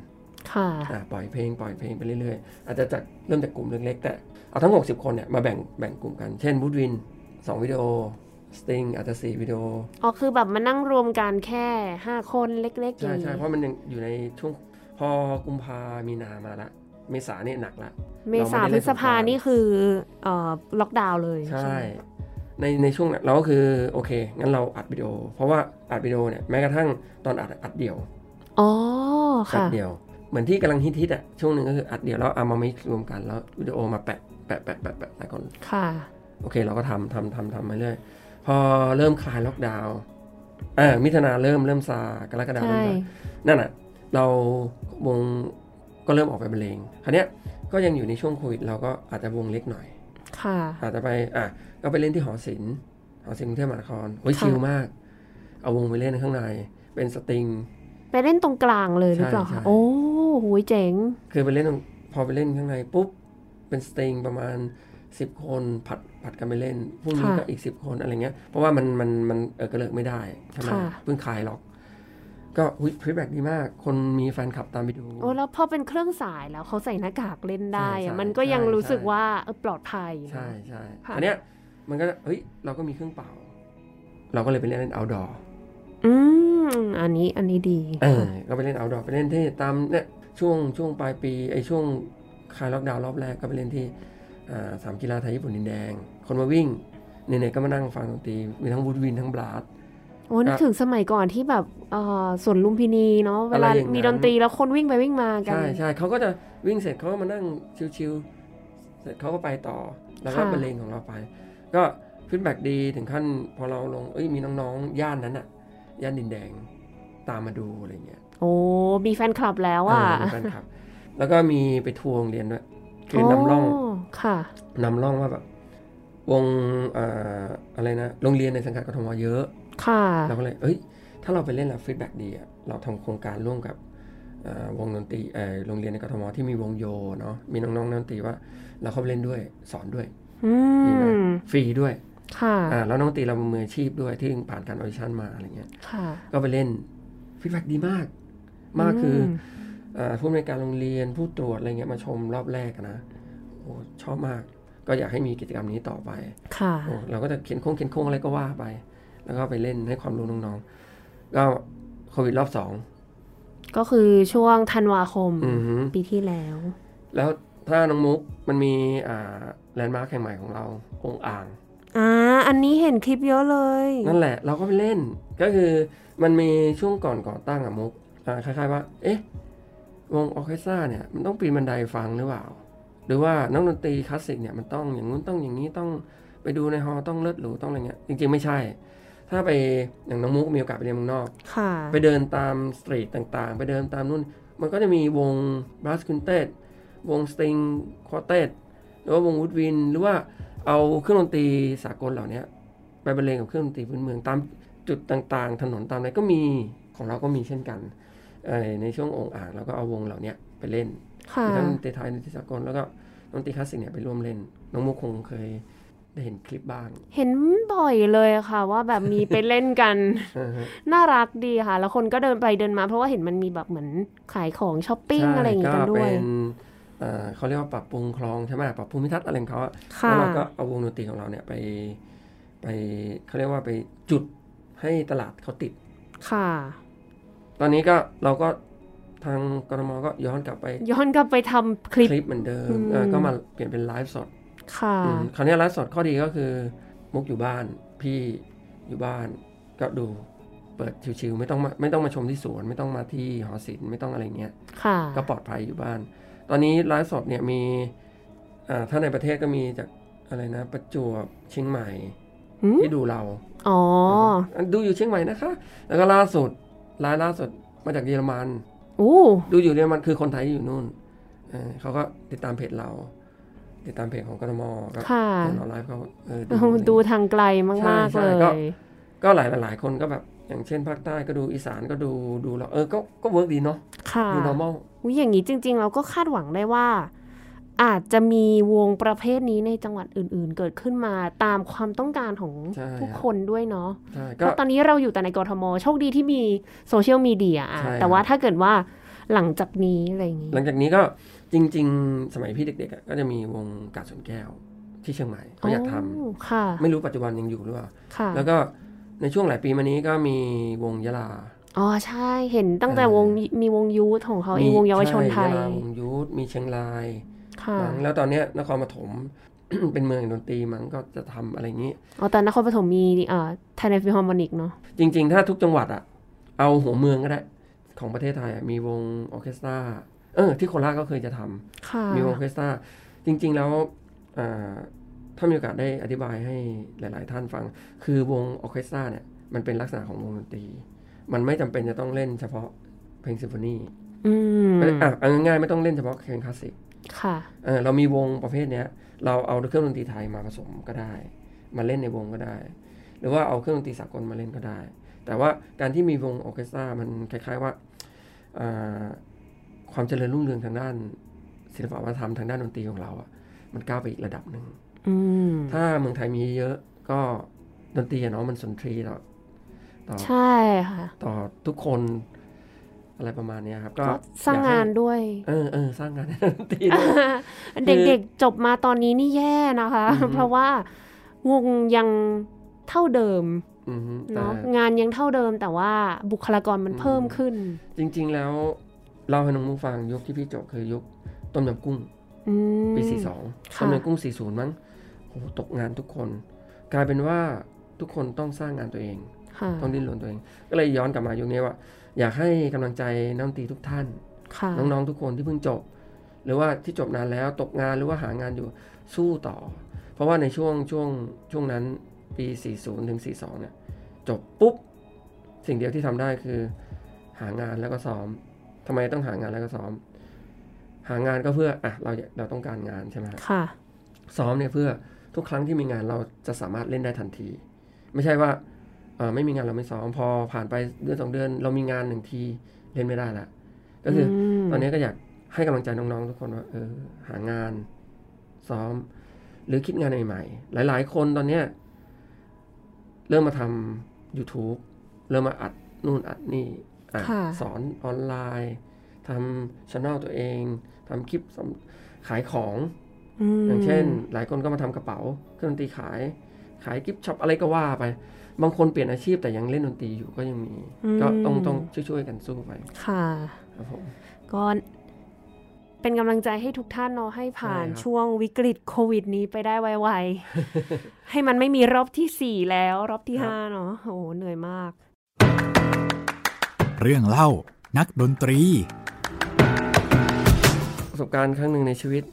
S2: ค่ะ
S1: อ่าปล่อยเพลงปล่อยเพลงไปเรื่อยๆ อาจจะจากเริ่มจากกลุ่มเล็กๆ แต่เอาทั้ง 60 คนเนี่ยมาแบ่งแบ่งกลุ่มกัน เช่นบูดวิน2วิดีโอสติงอาจจะ4วิดีโอ
S2: อ๋อคือแบบมานั่งรวมกันแค่ห้าคนเล็กๆอ
S1: ใช่
S2: ย่าง
S1: ใช่
S2: นี้
S1: เพราะมันยังอยู่ในช่วงพอกุมภามีนามาละ เมษาเนี่ยหนักละ
S2: เมษา
S1: เราไม่ได้เล่น
S2: พฤษภา
S1: สงกรานต์
S2: นี่คือเอ่อล็อกดาวน์เลย
S1: ใช่
S2: ไหม
S1: ในในช่วงนั้นเราก็คือโอเค งั้นเราอัดวิดีโอ เพราะว่าอัดวิดีโอเนี่ยแม้กระทั่งตอนอัดอัดเดี่ยว
S2: อ๋อ
S1: อัด
S2: ค่ะ
S1: เดี่ยว เหมือนที่กำลังฮิตฮิตๆอ่ะช่วงหนึ่งก็คืออัดเดี่ยวแล้วเอามามิกซ์รวมกันแล้ววิดีโอมาแปะแปะแปะแปะแปะแต่ก่อน
S2: ค่ะ
S1: โอเคเราก็ทำทำทำทำมาเรื่อยพอเริ่มคลายล็อกดาวน์อ่ามิถุนาเริ่มเริ่มซากรกฎาคม
S2: ใช่
S1: เริ่มซา นั่นน่ะเราวงก็เริ่มออกไปบรรเลงคราวเนี้ยก็ยังอยู่ในช่วงโควิดเราก็อาจจะวงเล็กหน่อย
S2: ค่ะ
S1: อาจจะไปอ่ะก็ไปเล่นที่หอศิลป์หอศิลป์กรุงเทพมหานครโอ้ย
S2: ค่ะ
S1: ชิลมาก เอาวงไปเล่นข้างใน เป็นสตริง
S2: ไปเล่นตรงกลางเลยห
S1: ใช่
S2: รือเปล่า
S1: ใช่
S2: คะโอ้โหยเจ๋ง
S1: คือไปเล่นตรงพอไปเล่นข้างในปุ๊บเป็นสตริงประมาณ 10 คนผัดผัดกันไปเล่นพรุ่งนี้
S2: ค่ะ
S1: ก็อีก 10 คนอะไรเงี้ยเพราะว่ามันมันมันเออกระเลิกไม่ได้ใช่ไหมเพิ่งคลายล็อก ก็ฟีดแบ็ดีมาก คนมีแฟนคลับตามไปดู
S2: โอ้แล้วพอเป็นเครื่องสายแล้วเขาใส่หน้ากากเล่นได้
S1: ใช่
S2: อะ
S1: ใช่
S2: มันก็ยัง
S1: ใช่
S2: รู้สึก
S1: ใช่
S2: ว่าเออปลอดภัยนะ
S1: ใช่ใช่
S2: ค่ะ
S1: อันเนี้ยมันก็เฮ้ยเราก็มีเครื่องเป่า เราก็เลยไปเล่นเล่น outdoor
S2: อืมอันนี้อันนี้ดี
S1: เออก็ไปเล่น outdoor ไปเล่นที่ตามเนี่ยช่วงช่วงปลายปีไอช่วงคลายล็อกดาวน์รอบแรกก็ไปเล่นที่อ่าสามกีฬาไทยญี่ปุ่นดินแดง คนมาวิ่งเนี่ยๆก็มานั่งฟังดนตรีมีทั้งวูดวินทั้งบลาส
S2: โอ้นึก
S1: อ่ะ
S2: ถึงสมัยก่อนที่แบบเอ่อสวนลุมพินีเนาะเวลา
S1: อะไรอย่างนั้น
S2: มีดนตรีแล้วคนวิ่งไปวิ่งมากัน
S1: ใช่ใช่เขาก็จะวิ่งเสร็จเขาก็มานั่งชิวๆเสร็จเขาก็ไปต่อ แล้วก็
S2: ค่ะ
S1: บรรเลงของเราไป ก็ฟีดแบ็ดีถึงขั้นพอเราลงเอ้ยมีน้องๆย่านนั้นอะย่านดินแดงตามมาดูอะไรเงี้ย
S2: โอ้มีแฟนคลับแล้วอ่ะ
S1: เออเป็นแฟนคลับ แล้วก็มีไปทัวร์โรงเรียนด้วยคือนำร่อง
S2: โค่ะ
S1: นำร่องว่าแบบวงเอ่ออะไรนะโรงเรียนในสังกัดกทมเยอะ
S2: ค่ะ
S1: เราก็เลย เอ้ย ถ้าเราไปเล่นแล้วฟีดแบ็ดีอะเราทำโครงการร่วมกับเอ่อวงดนตรีเอ่อโรงเรียนในกทมที่มีวงโยเนาะ มีน้องๆนักดนตรีว่า เราเข้าไปเล่นด้วย สอนด้วย
S2: อื
S1: ดีไหม
S2: ม
S1: ฟรีด้วย
S2: ค่ะ
S1: อ่าแล้วน้องดนตรีเรามืออาชีพด้วยที่ผ่านการออดิชั่นมาอะไรเงี้ย
S2: ค่ะ
S1: ก็ไปเล่นฟีดแบ็ดีมาก มากคือ
S2: ม
S1: เอ่อผู้อำนวยการโรงเรียนผู้ตรวจอะไรเงี้ยมาชมรอบแรกอะนะ โอ้ชอบมาก ก็อยากให้มีกิจกรรมนี้ต่อไป
S2: ค่ะ
S1: โอ้เราก็จะเขียนโค้งเขียนโค้งอะไรก็ว่าไป แล้วก็ไปเล่นให้ความรู้น้องๆ ก็โควิดรอบสอง
S2: ก็คือช่วงธันวาคม
S1: อือหือ
S2: ปีที่แล้ว
S1: แล้วถ้าน้องมุกมันมีอ่าแลนด์มาร์คแห่งใหม่ของเราองค์อ่าง
S2: อ่า อันนี้เห็นคลิปเยอะเลย
S1: นั่นแหละเราก็ไปเล่น ก็คือมันมีช่วงก่อนก่อตั้งอะมุกอ่าคล้ายๆว่า เอ๊ะ วงออร์เคสตราเนี่ยมันต้องปีนบันไดฟังหรือเปล่า หรือว่านักดนตรีคลาสสิกเนี่ยมันต้องอย่างงู้นต้องอย่างนี้ต้องไปดูในฮอลล์ต้องเลิศหรูต้องอะไรเงี้ยจริงๆไม่ใช่ ถ้าไปอย่างน้องมุกมีโอกาสไปเรียนเมืองนอก
S2: ค่ะ
S1: ไปเดินตามสตรีทต่างๆ ไปเดินตามนู่น มันก็จะมีวงบ s ส q ุนเต t วงสตริงคอเต t หรือว่าวงวูดวิน หรือว่าเอาเครื่องดนตรีสากลเหล่าเนี้ยไปบรรเลงกับเครื่องดนตรีพื้นเมืองตามจุดต่างๆ ถนนตามอะไรก็มีของเราก็มีเช่นกันเอ่อในช่วงองค์อ่างเราก็เอาวงเหล่าเนี้ยไปเล่น
S2: ค่ะ
S1: มีทั้งดนตรีไทยดนตรีสากลแล้วก็ดนตรีคลาสสิกเนี่ยไปร่วมเล่น น้องมุกคงเคยได้เห็นคลิปบ้าง
S2: เห็นบ่อยเลยค่ะ ว่าแบบมีไปเล่นกัน
S1: อ่าฮะ
S2: น่ารักดีค่ะ แล้วคนก็เดินไปเดินมา เพราะว่าเห็นมันมีแบบเหมือนขายของช้อปปิ้ง
S1: ใช่
S2: อะไรอย่างงี้กันด้ว
S1: เป็
S2: ย
S1: นเอ่อเขาเรียกว่าปรับปรุงคลองใช่ไหมปรับภูมิทัศน์อะไรของเขาอะ
S2: ค่ะ
S1: แล้วเราก็เอาวงดนตรีของเราเนี่ยไปไปเขาเรียกว่าไปจุดให้ตลาดเขาติด
S2: ค่ะ
S1: ตอนนี้ก็เราก็ทางกรมก็ย้อนกลับไป
S2: ย้อนกลับไปทำคลิป
S1: คลิปเหมือนเดิม
S2: อืม
S1: เออก็มาเปลี่ยนเป็นไลฟ์สด
S2: ค่ะ
S1: อืมคราวนี้ไลฟ์สดข้อดีก็คือ มุกอยู่บ้าน พี่อยู่บ้านก็ดูเปิดชิวๆไม่ต้องมาไม่ต้องมาชมที่สวน ไม่ต้องมาที่หอศิลป์ไม่ต้องอะไรอย่างเงี้ย
S2: ค่ะ
S1: ก็ปลอดภัยอยู่บ้าน ตอนนี้ไลฟ์สดเนี่ยมีอ่าถ้าในประเทศก็มีจากอะไรนะ ประจวบเชียงใหม่
S2: หืม
S1: ที่ดูเรา
S2: อ๋อ
S1: ดูอยู่เชียงใหม่นะคะ แล้วก็ล่าสุดรายล่าสุดมาจากเยอรมัน
S2: อู้
S1: ดูอยู่เยอรมันคือคนไทยที่อยู่นู่นเออเขาก็ติดตามเพจเรา ติดตามเพจของกรมก็
S2: ค่ะ
S1: เห็นเราไลฟ์เขาเออ
S2: ดู
S1: อะไร
S2: ทางไกลมาก
S1: ใช่
S2: ๆ เล
S1: ใช่ก็
S2: ย
S1: ก็หลายหลายๆคนก็แบบอย่างเช่นภาคใต้ก็ดูอีสานก็ดูดูเราเออก็ก็เวิร์กดีเนาะ
S2: ค่ะ
S1: ดู normal
S2: อุ๊ยอย่างนี้จริง ๆ เราก็คาดหวังได้ว่า อาจจะมีวงประเภทนี้ในจังหวัดอื่น ๆ เกิดขึ้นมาตามความต้องการของ
S1: ใช่
S2: ผู้คนด้วยเนาะ
S1: ใช่
S2: เพ
S1: ก็
S2: ราะตอนนี้เราอยู่แต่ในกรทมโชคดีที่มีโซเชียลมีเดียอะ
S1: ใช่
S2: แต่ว่า
S1: ครับ
S2: ถ้าเกิดว่าหลังจากนี้อะไรอย่างนี้
S1: หลังจากนี้ก็จริง ๆ สมัยพี่เด็กๆอะก็จะมีวงกาดสวนแก้วที่เชียงใหม่เขาอยากทำ
S2: โค่ะ
S1: ไม่รู้ปัจจุบันยังอยู่หรือเปล่า
S2: ค่ะ
S1: แล้วก็ในช่วงหลายปีมานี้ก็มีวงยะลา
S2: อ๋อใช่เห็นตั้งแต่
S1: เอ่อ
S2: วงมีวงยูทของเขาเองวงเยาวชนไทย
S1: ใช่ะลาวงยูทมีเชียงราย
S2: ค่ะ
S1: มั้งแล้วตอนเนี้ยนครปฐม เป็นเมืองแห่งดนตรีมั้งก็จะทำอะไรอย่างนี้
S2: อ๋อแต่นครปฐมมีเอ่อไทยในฟิฮอร์มอนิกเนาะ
S1: จริง ๆ ถ้าทุกจังหวัดอะเอาหัวเมืองก็ได้ ของประเทศไทยอะมีวงออร์เคสตราเออที่โคราชก็เคยจะทำ
S2: ค่ะ
S1: มีวงออร์เคสตราจริง ๆ แล้วอ่าถ้ามีโอกาสได้อธิบายให้หลาย ๆ ท่านฟัง คือวงออร์เคสตราเนี่ยมันเป็นลักษณะของวงดนตรี มันไม่จำเป็นจะต้องเล่นเฉพาะเพลงซิมโฟนี
S2: อืม
S1: ไม่อ่ะเอาง่ายๆไม่ต้องเล่นเฉพาะเพลงคลาสสิก
S2: ค่ะ
S1: เออเรามีวงประเภทเนี้ยเราเอาเครื่องดนตรีไทยมาผสมก็ได้ มาเล่นในวงก็ได้ หรือว่าเอาเครื่องดนตรีสากลมาเล่นก็ได้ แต่ว่าการที่มีวงออร์เคสตรามันคล้ายๆว่าอ่าความเจริญรุ่งเรืองทางด้าน ศิลปวัฒนธรรมทางด้านดนตรีของเราอ่ะมันก้าวไปอีกระดับหนึ่ง
S2: อืม
S1: ถ้าเมืองไทยมีเยอะก็ดนตรีอะเนาะมันสุนทรีต่อต่อ
S2: ใช่ค่ะ
S1: ต่อทุกคนอะไรประมาณเนี้ยครับ ก็
S2: ก็สร้างงาน
S1: อยก
S2: ด้วย
S1: ให้เออเออสร้างงานให้ดนตรีด้วย
S2: เด็กๆจบมาตอนนี้นี่แย่นะคะ
S1: อือหือ
S2: เพราะว่าวงยังเท่าเดิม
S1: อือฮึแต่
S2: เนาะงานยังเท่าเดิมแต่ว่าบุคลากรมันเพิ่มขึ้น
S1: จริง ๆ แล้วเราให้น้องผู้ฟังยุคที่พี่จบคือยุคต้มยำกุ้ง
S2: อืม
S1: ปี 42
S2: ค่ะ
S1: ต้มยำกุ้ง 40 มั้งโอ้โหตกงานทุกคน กลายเป็นว่าทุกคนต้องสร้างงานตัวเอง
S2: ค่ะ
S1: ต้องดิ้นรนตัวเอง ก็เลยย้อนกลับมายุคนี้ว่า อยากให้กำลังใจนักดนตรีทุกท่าน
S2: ค่ะ
S1: น้องๆทุกคนที่เพิ่งจบ หรือว่าที่จบนานแล้วตกงานหรือว่าหางานอยู่สู้ต่อ เพราะว่าในช่วงช่วงช่วงนั้นปี 40 ถึง 42 เนี่ย จบปุ๊บ สิ่งเดียวที่ทำได้คือหางานแล้วก็ซ้อมทำไมต้องหางานแล้วก็ซ้อม หางานก็เพื่ออ่ะเราเราต้องการงานใช่ไหมฮะ
S2: ค่ะ
S1: ซ้อมเนี่ยเพื่อทุกครั้งที่มีงานเราจะสามารถเล่นได้ทันที ไม่ใช่ว่าเอ่อไม่มีงานเราไม่ซ้อม พอผ่านไปเดือนสองเดือน เรามีงานหนึ่งทีเล่นไม่ได้ละก็คืออ
S2: ม
S1: ตอนนี้ก็อยากให้กำลังใจน้องๆ ทุกคนว่าเออหางานซ้อม หรือคิดงานใหม่ๆ หลาย ๆ คนตอนเนี้ยเริ่มมาทำ YouTube เริ่มมาอัดนู่นอัดนี่อ่ะ
S2: ค่ะ
S1: สอนออนไลน์ทำช anel ตัวเองทำคลิปสำขายของ
S2: ม
S1: อย่างเช่น หลายคนก็มาทำกระเป๋าเครื่องดนตรีขาย ขายกิฟต์ช็อปอะไรก็ว่าไป บางคนเปลี่ยนอาชีพแต่ยังเล่นดนตรีอยู่ก็ยังมี ก็ต้องต้องช่วยๆกันสู้ไป
S2: ค่ะ
S1: ครับผม
S2: ก็เป็นกำลังใจให้ทุกท่านเนาะให้ผ่าน
S1: ใช่ครับ
S2: ช่วงวิกฤตโควิดนี้ไปได้ไว ๆ ให้มันไม่มีรอบที่ 4 แล้วรอบที่ 5 เนาะโอ้โหเหนื่อยมาก
S3: เรื่องเล่านักดนตรี
S1: ประสบการณ์ครั้งหนึ่งในชีวิต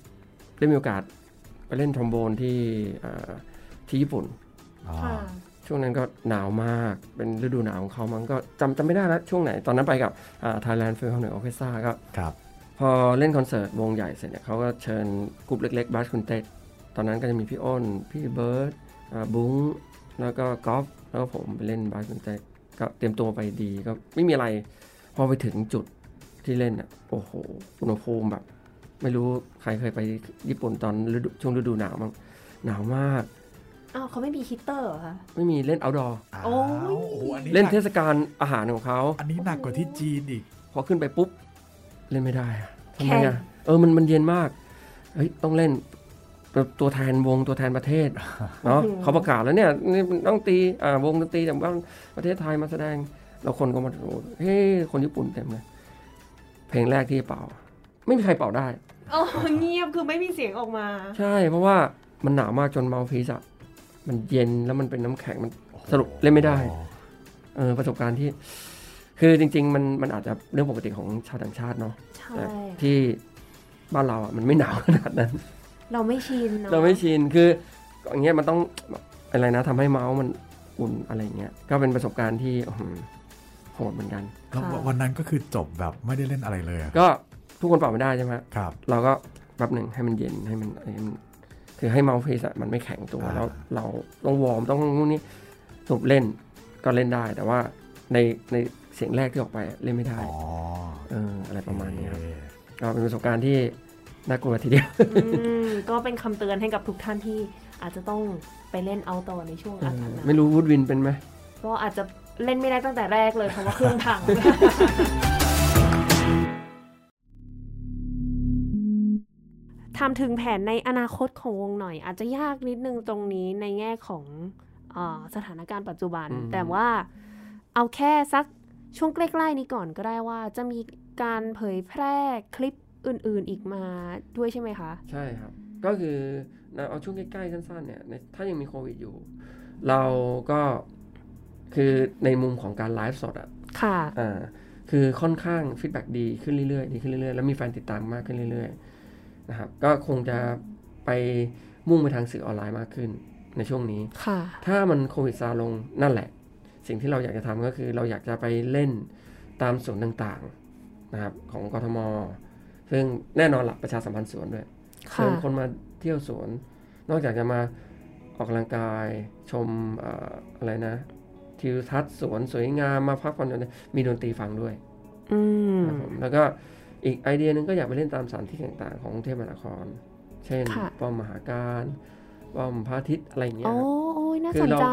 S1: ได้มีโอกาสไปเล่นทรอมโบนที่อ่าที่ญี่ปุ่น
S3: อ๋อ
S1: ช่วงนั้นก็หนาวมาก เป็นฤดูหนาวของเขามันก็จำจำไม่ได้แล้วช่วงไหน ตอนนั้นไปกับอ่า Thailand Philharmonic Orchestra ก็
S3: ครับ
S1: พอเล่นคอนเสิร์ตวงใหญ่เสร็จเนี่ยเขาก็เชิญกลุ่มเล็กๆบัสคุณเต็ดตอนนั้นก็จะมีพี่อ้น พี่เบิร์ดอ่าบุ้งแล้วก็กอล์ฟแล้วก็ผมไปเล่นบัสคุณเต็ดก็เตรียมตัวไปดีก็ไม่มีอะไร พอไปถึงจุดที่เล่นอ่ะโอ้โหอุณหภูมิแบบ ไม่รู้ใครเคยไปญี่ปุ่นตอนฤดูช่วงฤดูหนาวมั้งหนาวมาก
S2: อ้าวเขาไม่มีฮิตเตอร์เหรอคะ
S1: ไม่มีเล่น outdoor
S2: โอ้ย
S3: าวโอ้โหอั
S1: เล่นเท
S3: หก
S1: ศกาลอาหารของเขา
S3: อันนี้หนักกว่าที่จีนอีก
S1: พอขึ้นไปปุ๊บ เล่นไม่ได้อะทำไม
S2: แข่ง
S1: อะเออมันมันเย็นมากเฮ้ยต้องเล่นแบบตัวแทนวงตัวแทนประเทศ เนาะเขาประกาศแล้วเนี่ยนี่ต้องตีอ่าวงดนตรีจากบ้านประเทศไทยมาแสดงเราคนก็มาโอ้เฮ้ยคนญี่ปุ่นเต็มเลยเพลงแรกที่เป่า ไม่มีใครเป่าได้
S2: โอ้เงียบคือไม่มีเสียงออกมา
S1: ใช่ เพราะว่ามันหนาวมากจนเมาพีสอะมันเย็นแล้วมันเป็นน้ำแข็งมันสรุปเล่นไม่ได้ เออประสบการณ์ที่ คือจริง ๆ มันมันอาจจะเรื่องปกติของชาวต่างชาติเนาะ
S2: ใช่
S1: แต่ที่บ้านเราอ่ะมันไม่หนาวขนาดนั้น
S2: เราไม่ชินเนาะ
S1: เราไม่ชินคืออย่างเงี้ยมันต้องแบบอะไรนะทำให้เมาส์มันอุ่นอะไรอย่างเงี้ยก็เป็นประสบการณ์ที่อื้อหือโหดเหมือนกัน
S3: แล้ววันนั้นก็คือจบแบบไม่ได้เล่นอะไรเลยอะ
S1: ก็ทุกคนเป่าไม่ได้ใช่ไหมฮะ
S3: ครับ
S1: เราก็แป๊บหนึ่งให้มันเย็นให้มันให้มันคือให้เมาส์เพลสมันไม่แข็งตัว
S3: อ่า
S1: แล้วเราต้องวอร์มต้องนู่นนี่สรุบเล่นก็เล่นได้ แต่ว่าในในเสียงแรกที่ออกไปเล่นไม่ได้
S3: อ๋อ
S1: เอออะไรประมาณนี้ครับ
S3: เออ
S1: ก็เป็นประสบการณ์ที่น่ากลัวทีเดียว
S2: อืมก็เป็นคำเตือนให้กับทุกท่านที่อาจจะต้องไปเล่นเอาต่อในช่วงอากาศหนาว
S1: ไม่รู้วูดวินเป็นไหม
S2: ก็อาจจะเล่นไม่ได้ตั้งแต่แรกเลยเพราะว่าเครื่อง พัง ทำถึงแผนในอนาคตของวงหน่อย อาจจะยากนิดนึงตรงนี้ในแง่ของเออสถานการณ์ปัจจุบัน
S1: อืม
S2: แต่ว่าเอาแค่สักช่วงใกล้ๆนี้ก่อนก็ได้ว่าจะมีการเผยแพร่คลิปอื่นๆอีกมาด้วยใช่ไหมคะ
S1: ใช่ครับ ก็คือนะเอาช่วงใกล้ๆสั้นๆเนี่ยในถ้ายังมีโควิดอยู่ เราก็คือในมุมของการไลฟ์สดอ่ะ
S2: ค่ะ
S1: อ่าคือค่อนข้างฟีดแบ็ดีขึ้นเรื่อยๆดีขึ้นเรื่อยๆ แล้วมีแฟนติดตามมากขึ้นเรื่อยๆนะครับก็คงจะไปมุ่งไปทางสื่อออนไลน์มากขึ้นในช่วงนี้
S2: ค่ะ
S1: ถ้ามันโควิดซาลงนั่นแหละ สิ่งที่เราอยากจะทำก็คือเราอยากจะไปเล่นตามสวนต่างๆนะครับของกทม ซึ่งแน่นอนหลักประชาสัมพันธ์สวนด้วย เชิ
S2: ค่ะ
S1: ญคนมาเที่ยวสวน นอกจากจะมาออกกำลังกายชมเอออะไรนะทิวทัศน์สวนสวยงามมาพักผ่อนหย่อนใจมีดนตรีฟังด้วย
S2: อืม
S1: ครับผมแล้วก็อีกไอเดียหนึงก็อยากไปเล่นตามสถานที่ต่างๆ ของกรุงเทพมหานคร เช่น
S2: ค่ะ
S1: ป้อมมหาการป้อมพระอาทิตย์อะไรอย่างเงี้ยค
S2: โอ้
S1: รับ
S2: โอ้ยน่า
S1: คื
S2: ส
S1: อน เรา
S2: ใจ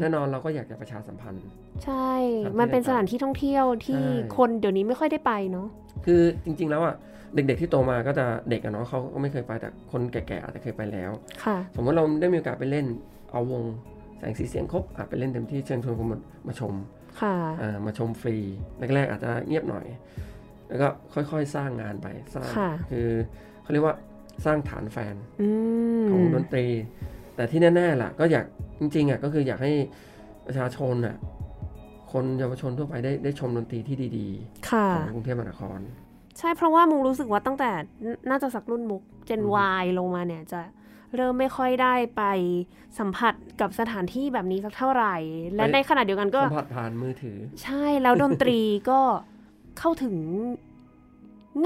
S1: แน่นอนเราก็อยากจะประชาสัมพันธ์
S2: ใช่
S1: สถานที่
S2: มันเป็นสถานที่ท่องเที่ยวที่
S1: ใช่
S2: คนเดี๋ยวนี้ไม่ค่อยได้ไปเนาะ
S1: คือจริง ๆ แล้วอ่ะเด็ก ๆ ที่โตมาก็จะเด็กอะเนาะเขาก็ไม่เคยไปแต่คนแก่ๆอาจจะเคยไปแล้ว
S2: ค่ะ
S1: สมมติเราได้มีโอกาสไปเล่นเอาวง แสงสีเสียงครบอ่ะไปเล่นเต็มที่เชิญชวนคนมามาชม
S2: ค่ะ
S1: อ่ามาชมฟรีแรกๆ อาจจะเงียบหน่อย แล้วก็ค่อยๆสร้างงานไปสร้าง
S2: ค่ะ
S1: คือเขาเรียกว่าสร้างฐานแฟน
S2: อืม
S1: ของดนตรี แต่ที่แน่ๆล่ะ ก็อยากจริงๆอ่ะก็คืออยากให้ประชาชนอ่ะคนเยาวชนทั่วไปได้ได้ชมดนตรีที่ดี
S2: ค่ะ
S1: ๆของกรุงเทพมหานคร
S2: ใช่เพราะว่ามุกรู้สึกว่าตั้งแต่นน่าจะสักรุ่นมุกเจน
S1: อืม
S2: Y ลงมาเนี่ยจะเริ่มไม่ค่อยได้ไปสัมผัสกับสถานที่แบบนี้สักเท่าไหร่ และ
S1: ไป
S2: ในขณะเดียวกันก็
S1: สัมผัสผ่านมือถือ
S2: ใช่แล้วดนตรีก็เข้าถึง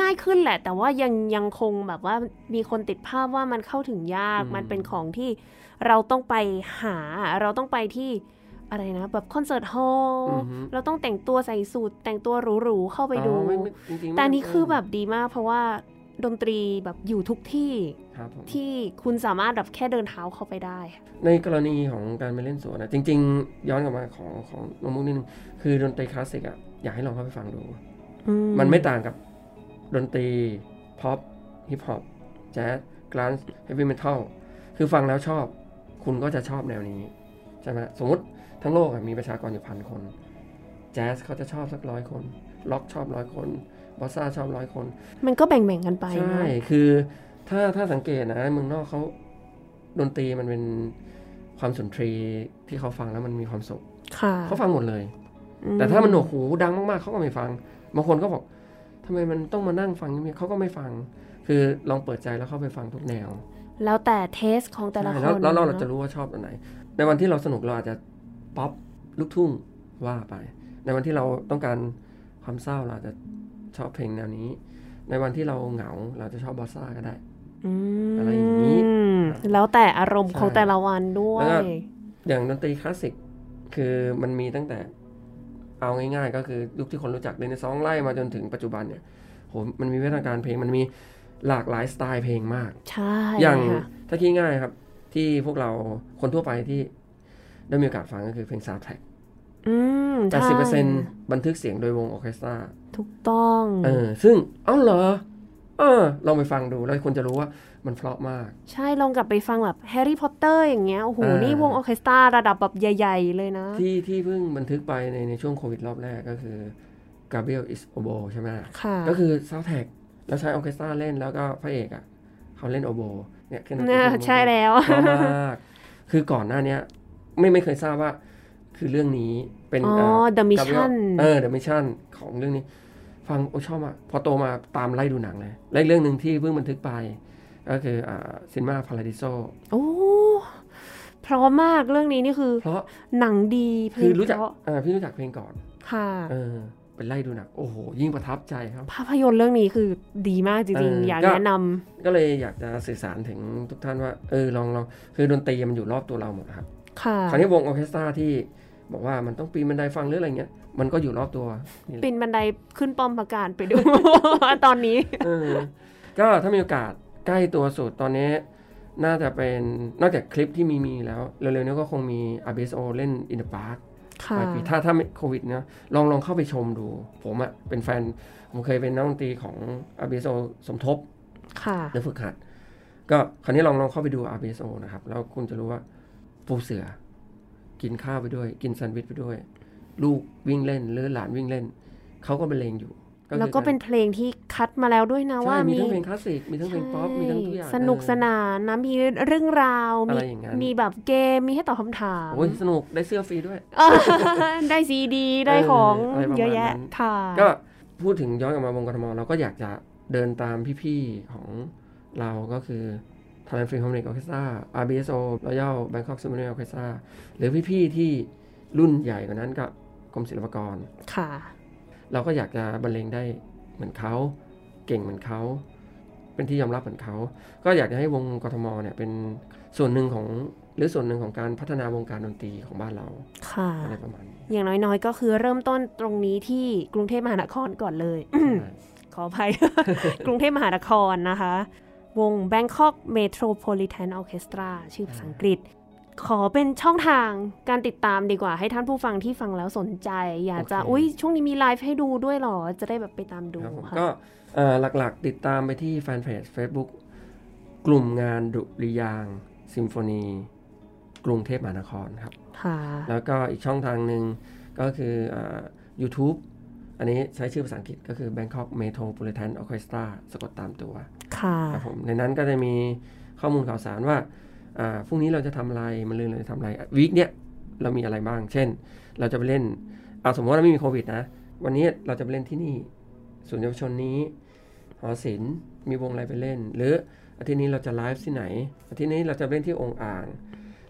S2: ง่ายขึ้นแหละ แต่ว่ายังยังคงแบบว่ามีคนติดภาพว่ามันเข้าถึงยาก
S1: อืม
S2: มันเป็นของที่เราต้องไปหา เราต้องไปที่อะไรนะ แบบคอนเสิร์ตฮอล
S1: อื
S2: ล์
S1: อฮึ
S2: เราต้องแต่งตัวใส่สูทแต่งตัวหรูๆเข้าไปดู
S1: อ๋อม่ม่จริงๆไม่
S2: แต่อันนี้
S1: จำเป็
S2: คือแบบดีมาก เพราะว่าดนตรีแบบอยู่ทุกที่
S1: ครับผม
S2: ที่คุณสามารถแบบแค่เดินเท้าเข้าไปได้ค่ะ
S1: ในกรณีของการไปเล่นสวนนะจริง ๆ ย้อนกลับมาของของน้องมุกนิดนึงคือดนตรีคลาสสิกอ่ะอยากให้ลองเข้าไปฟังดู
S2: อื
S1: มันไม่ต่างกับดนตรีพ็อปฮิปฮอปแจ๊สกลานส์เฮฟวี่เมทัลคือฟังแล้วชอบ คุณก็จะชอบแนวนี้ ใช่ไหมสมมติทั้งโลกอะมีประชากรอยู่พันคน แจ๊สเขาจะชอบสักร้อยคน ล็อกชอบร้อยคน บอสซาชอบร้อยคน
S2: มันก็แบ่งๆกันไป
S1: ใช่
S2: นะ
S1: คือถ้าถ้าสังเกตนะเมืองนอกเขาดนตรีมันเป็นความสุนทรีย์ที่เขาฟังแล้วมันมีความสุข
S2: ค่ะ
S1: เขาฟังหมดเลย
S2: อื
S1: แต่ถ้ามันหนวกหูดังมากๆเขาก็ไม่ฟัง บางคนก็บอกทำไมมันต้องมานั่งฟังเงียบๆเขาก็ไม่ฟัง คือลองเปิดใจแล้วเข้าไปฟังทุกแนว
S2: แล้วแต่เทสของแต่ละค
S1: ใช่
S2: น
S1: แล้วแล้วเรา
S2: น
S1: จะรู้ว่าชอบอันไหน ในวันที่เราสนุกเราอาจจะป๊อปลูกทุ่งว่าไป ในวันที่เราต้องการความเศร้าเราอาจจะชอบเพลงแนวนี้ ในวันที่เราเหงาเราจะชอบบอสซ่าก็ได้
S2: อืม
S1: อะไรอย่างนี้
S2: แล้วแต่อารมณ์ของ
S1: ใช่
S2: แต่ละวันด้วย
S1: แล้วก็ อย่างดนตรีคลาสสิกคือมันมีตั้งแต่เอาง่ายๆ ก็คือยุคที่คนรู้จักเลยในซองไล่มาจนถึงปัจจุบันเนี่ยโหมันมีวิธีการเพลงมันมีหลากหลายสไตล์เพลงมาก
S2: ใช่
S1: อย่าง
S2: ค่ะ
S1: ถ้าคิดง่ายครับ ที่พวกเราคนทั่วไปที่ได้มีโอกาสฟังก็คือเพลงซาวด์แทร็ก
S2: อืม
S1: แปดสิบเปอร์เซ็นต์บันทึกเสียงโดยวงออร์เคสตรา
S2: ถูกต้อง
S1: เออซึ่งเอ้าเหรอเออลองไปฟังดูแล้วคุณจะรู้ว่ามันเพราะมาก
S2: ใช่ลองกลับไปฟังแบบแฮร์รี่พอตเตอร์อย่างเงี้ยโอ้โห
S1: อ่านี่
S2: นี่วงออร์เคสตราระดับแบบใหญ่ ๆ เลยนะ
S1: ที่ที่เพิ่งบันทึกไปในในช่วงโควิดรอบแรกก็คือ Gabriel is Obo ใช่ไหม
S2: ค่ะ
S1: ก็คือซาวแท็กแล้วใช้ออร์เคสตราเล่นแล้วก็พระเอกอ่ะเขาเล่นโอโบเนี่ยขึ้นมา
S2: เนี่ย
S1: ขึ้นมา
S2: ใช่แล้ว
S1: เพราะมากคือก่อนหน้าเนี้ยไม่ไม่เคยทราบว่า คือเรื่องนี้เป็น
S2: อ๋อ The Mission
S1: เออ The Mission ของเรื่องนี้ ฟังโอ้ชอบอ่ะพอโตมาตามไล่ดูหนังเลยและอีกเรื่องหนึ่งที่เพิ่งบันทึกไป ก็คืออ่าซินมาพาราดิโซ
S2: โอ้เพราะมากเรื่องนี้นี่คือ
S1: เพราะ
S2: หนังดีเพล
S1: คือง รู้จัก
S2: เพราะ
S1: เออพี่รู้จักเพลงก่อน
S2: ค่ะ
S1: เออเป็นไล่ดูหนังโอ้โหยิ่งประทับใจครับ
S2: ภาพยนตร์เรื่องนี้คือดีมากจริง
S1: เออ
S2: ๆอยาก
S1: ก็
S2: แนะนำ
S1: ก็เลยอยากจะสื่อสารถึงทุกท่านว่าเออลองลองคือดนตรีมันอยู่รอบตัวเราหมดครับ
S2: ค่ะ
S1: คราวนี้วงออร์เคสตราที่บอกว่ามันต้องปีนบันไดฟังหรืออะไรเงี้ย มันก็อยู่รอบตัวนี่แห
S2: ปี
S1: ละ
S2: นบันไดขึ้นป้อมประกาศไปดู ตอนนี้
S1: เออก็ถ้ามีโอกาสใกล้ตัวสุดตอนนี้ น่าจะเป็นนอกจากคลิปที่มีมีแล้ว เร็วๆนี้ก็คงมี a b s o เล่น In the Park
S2: ค่ะ
S1: ปลายปีถ้าถ้าไม่โควิดเนอะลองลองเข้าไปชมดู ผมอะเป็นแฟน ผมเคยเป็นนักดนตรีของ a b s o สมทบ
S2: ค่ะ
S1: หรือฝึกหัด ก็คราวนี้ลองลองเข้าไปดู RBSO นะครับ แล้วคุณจะรู้ว่าปูเสือ กินข้าวไปด้วย กินแซนด์วิชไปด้วย ลูกวิ่งเล่น หรือหลานวิ่งเล่น เขาก็บรรเลงอยู่คือ
S2: แล้วก็เป็นเพลงที่คัดมาแล้วด้วยนะ
S1: ใช่
S2: ว่า
S1: มี
S2: มี
S1: ทั้งเพลงคลาสสิก มีทั้งเพลงป๊อป มีทั้งทุกอย่าง
S2: สนุก
S1: เออ
S2: สนานนะ มีเรื่องราว
S1: อะไร
S2: มี
S1: อย่างนั้น
S2: มีแบบเกม มีให้ตอบคำถาม
S1: โอ้ยสนุกได้เสื้อฟรีด้วย
S2: เออ ได้ซีดี ได้ของ
S1: เอออะไรประมาณ
S2: เยอะแยะ
S1: นั้น
S2: ค่ะ
S1: ก็พูดถึงย้อนกลับมาวงกทมเราก็อยากจะเดินตามพี่ๆของเราก็คือ Thailand Free Harmonic Orchestra RBSO Royal Bangkok Symphony Orchestra หรือพี่ๆที่รุ่นใหญ่กว่านั้นก็กรมศิลปากร
S2: ค่ะ
S1: เราก็อยากจะบรรเลงได้เหมือนเขาเก่งเหมือนเขาเป็นที่ยอมรับเหมือนเขา ก็อยากจะให้วงกทมเนี่ยเป็นส่วนหนึ่งของหรือส่วนหนึ่งของการพัฒนาวงการดนตรีของบ้านเรา
S2: ค่ะ
S1: อะไรประมาณนี้
S2: อย่างน้อยๆ ก็คือเริ่มต้นตรงนี้ที่กรุงเทพมหานครก่อนเลย
S1: ใช่
S2: ขออภัย กรุงเทพมหานครนะคะ วง Bangkok Metropolitan Orchestra ชื่อภาษาอังกฤษ ขอเป็นช่องทางการติดตามดีกว่า ให้ท่านผู้ฟังที่ฟังแล้วสนใจ อยากจะอุ๊ย ช่วงนี้มีไลฟ์ให้ดูด้วยเหรอ จะได้แบบไปตามดู
S1: ครับผม
S2: ค่ะ
S1: ก็เอ่อหลักๆติดตามไปที่แฟนเพจ Facebook กลุ่มงานดุริยางค์ซิมโฟนี กรุงเทพมหานครครับ
S2: ค่ะ
S1: แล้วก็อีกช่องทางหนึ่งก็คืออ่า YouTube อันนี้ใช้ชื่อภาษาอังกฤษก็คือ Bangkok Metropolitan Orchestra สะกดตามตัว
S2: ค่ะ
S1: ครับผมในนั้นก็จะมีข้อมูลข่าวสารว่าอ่าพรุ่งนี้เราจะทำอะไรมันลืนเราจะทำอะไรวีคเนี้ยเรามีอะไรบ้าง เช่น เราจะไปเล่นเอาสมมติว่าเราไม่มีโควิดนะ วันนี้เราจะไปเล่นที่นี่ศูนย์เยาวชนนี้หอศิลป์มีวงอะไรไปเล่น หรืออาทิตย์นี้เราจะไลฟ์ที่ไหนอาทิตย์นี้เราจะไปเล่นที่องค์อ่าง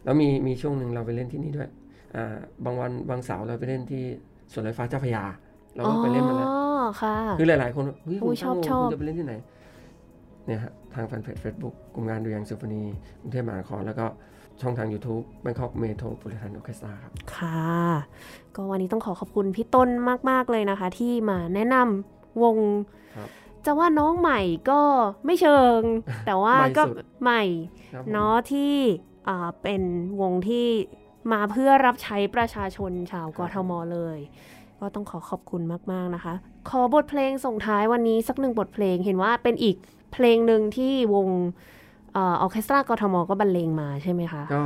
S1: แล้วมีมีช่วงหนึ่งเราไปเล่นที่นี่ด้วย อ่าบางวันบางเสาร์เราไปเล่นที่สวนลอยฟ้าเจ้าพระยา เรา
S2: อ๋อ
S1: ก็ไปเล่นมาแล้ว
S2: ค่ะ
S1: คือหลาย ๆ คนเฮ้ย
S2: อุ๊
S1: คุ
S2: ย
S1: ณตั้งวง
S2: ชอบชอบ
S1: คุณจะไปเล่นที่ไหนเนี่ยฮะทางแฟนเพจ Facebook กลุ่มงานดูยังซิมโฟนีกรุงเทพมหานครแล้วก็ช่องทาง YouTube Bangkok Metropolitan Orchestra ครับ
S2: ค่ะ ก็วันนี้ต้องขอขอบคุณพี่ต้นมาก ๆ เลยนะคะ ที่มาแนะนำวง
S1: ครับ
S2: จะว่าน้องใหม่ก็ไม่เชิง แต่ว่าก็
S1: ใหม่สุด
S2: ใหม่
S1: ครับผม
S2: เนาะที่อ่าเป็นวงที่มาเพื่อรับใช้ประชาชนชาวกทมเลย ก็ต้องขอขอบคุณมาก ๆ นะคะ ขอบทเพลงส่งท้ายวันนี้สักหนึ่งบทเพลงเห็นว่าเป็นอีกเพลงหนึ่งที่วงเออเคสตรากทมก็บรรเลงมาใช่ไหมคะ
S1: ก็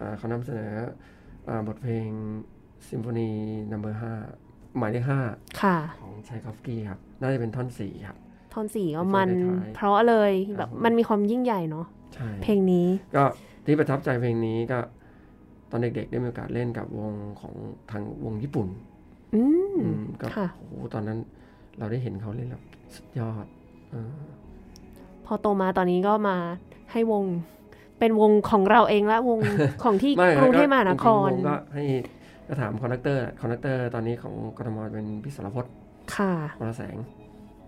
S1: อ่าเขานำเสนออาบทเพลงซิมโฟนีนัมเบอร์ห้าหมายเลขห้า
S2: ค่ะ
S1: ของชัยคอฟสกี้ครับ น่าจะเป็นท่อนสี่ครับ
S2: ท่อนสี่ก็มัน
S1: ในช่วงท้ายๆ
S2: เพราะเลย
S1: ครับ
S2: แบบ
S1: ผม
S2: มันมีความยิ่งใหญ่เนาะ
S1: ใช่
S2: เพลงนี้
S1: ก็ที่ประทับใจเพลงนี้ก็ตอนเด็ก ๆ ได้มีโอกาสเล่นกับวงของทางวงญี่ปุ่น
S2: อืม
S1: อืมก็
S2: ค่ะ
S1: โอ้โหตอนนั้นเราได้เห็นเขาเล่นแล้วสุดยอดเออ
S2: พอโตมาตอนนี้ก็มาให้วงเป็นวงของเราเองและวง ของที่
S1: ไม่
S2: กรุงเทพมหานคร
S1: จงๆวงก็ให้ก็ถามคอนดักเตอร์คอนดักเตอร์ตอนนี้ของกทมเป็นพี่สารพจน์
S2: ค่ะ
S1: วรแสง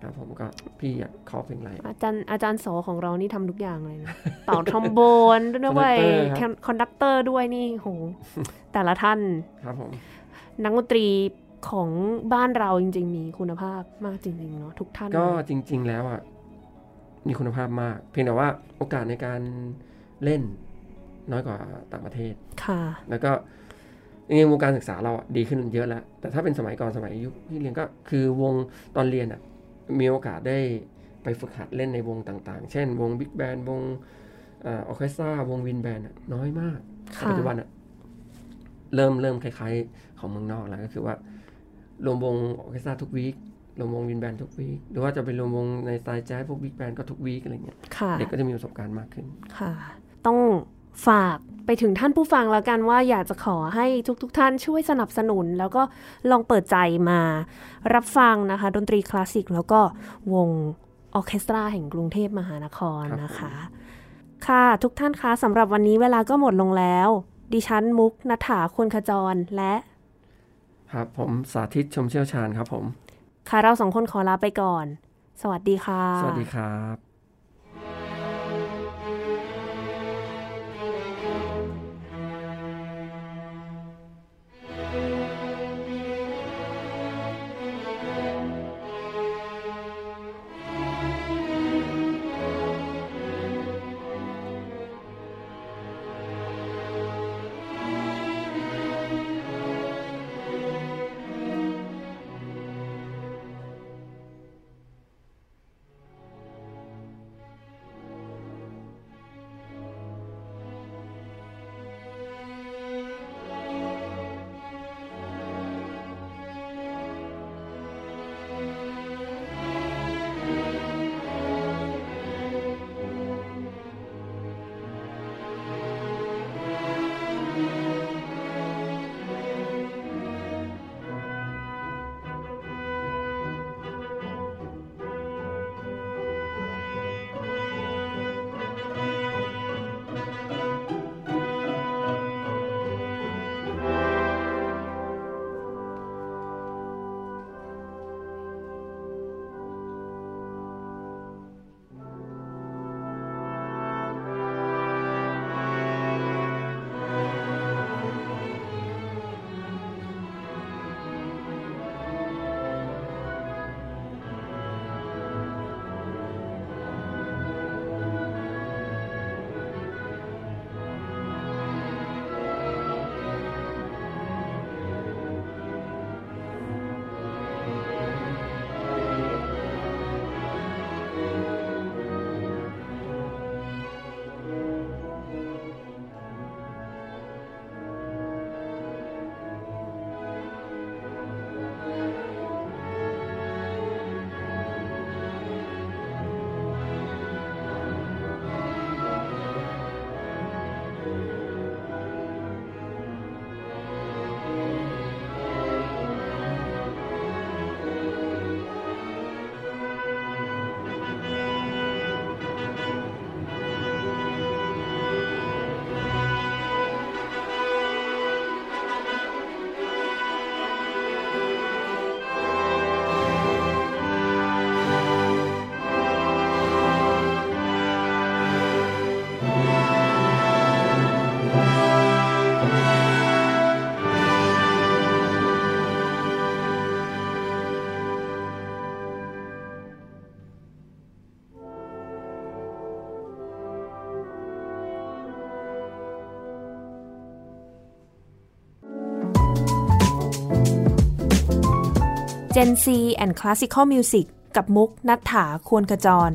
S1: ครับผมก็พี่อยากขอเพลงอะไร
S2: อาจารย์อาจารย์สอของเรานี่ทำทุกอย่างเลยนะ เป่าทรอมโบ นด้ว
S1: คอ
S2: ย
S1: นดักเตอร์ครับ
S2: คอนดักเตอร์ด้วยนี่โหแต่ละท่าน
S1: ครับผม
S2: นักดนตรีของบ้านเราจริง ๆ มีคุณภาพมากจริงๆเนาะทุกท่าน
S1: ก็
S2: เลย
S1: จริง ๆ แล้วอ่ะมีคุณภาพมาก เพียงแต่ว่าโอกาสในการเล่นน้อยกว่าต่างประเทศ
S2: ค่ะ
S1: แล้วก็จริงๆวงการศึกษาเราอะดีขึ้นเยอะแล้ว แต่ถ้าเป็นสมัยก่อนสมัยยุคที่เรียนก็คือวงตอนเรียนอ่ะมีโอกาสได้ไปฝึกหัดเล่นในวงต่างๆ เช่น วงบิ๊กแบนด์วงเออเคสตราวงวินแบนด์น้อยมากแต่
S2: ค่ะ
S1: ปัจจุบันอ่ะเริ่มเริ่มคล้ายๆของเมืองนอกแล้วก็คือว่ารวมวงออเคสตราทุกวีครวมวงวินแบนด์ทุกวีคหรือว่าจะไปรวมวงในสไตล์แจ๊สพวกบิ๊กแบนด์ก็ทุกวีคอะไรเงี้ย
S2: ค่ะ
S1: เด็กก็จะมีประสบการณ์มากขึ้น
S2: ค่ะ ต้องฝากไปถึงท่านผู้ฟังแล้วกันว่าอยากจะขอให้ทุกๆทท่านช่วยสนับสนุน แล้วก็ลองเปิดใจมารับฟังนะคะ ดนตรีคลาสสิก แล้วก็วงออร์เคสตราแห่งกรุงเทพมหานครนะคะ ค่ะทุกท่านคะสำหรับวันนี้เวลาก็หมดลงแล้ว ดิฉันมุกนัฐาควรขจรและ
S1: ครับผมสาธิตชมเชี่ยวชาญครับผม
S2: ค่ะเราสองคนขอลาไปก่อน สวัสดีค่ะ
S1: สวัสดีครับ
S2: Gen C and Classical Music กับมุกนัฐถาควรขจร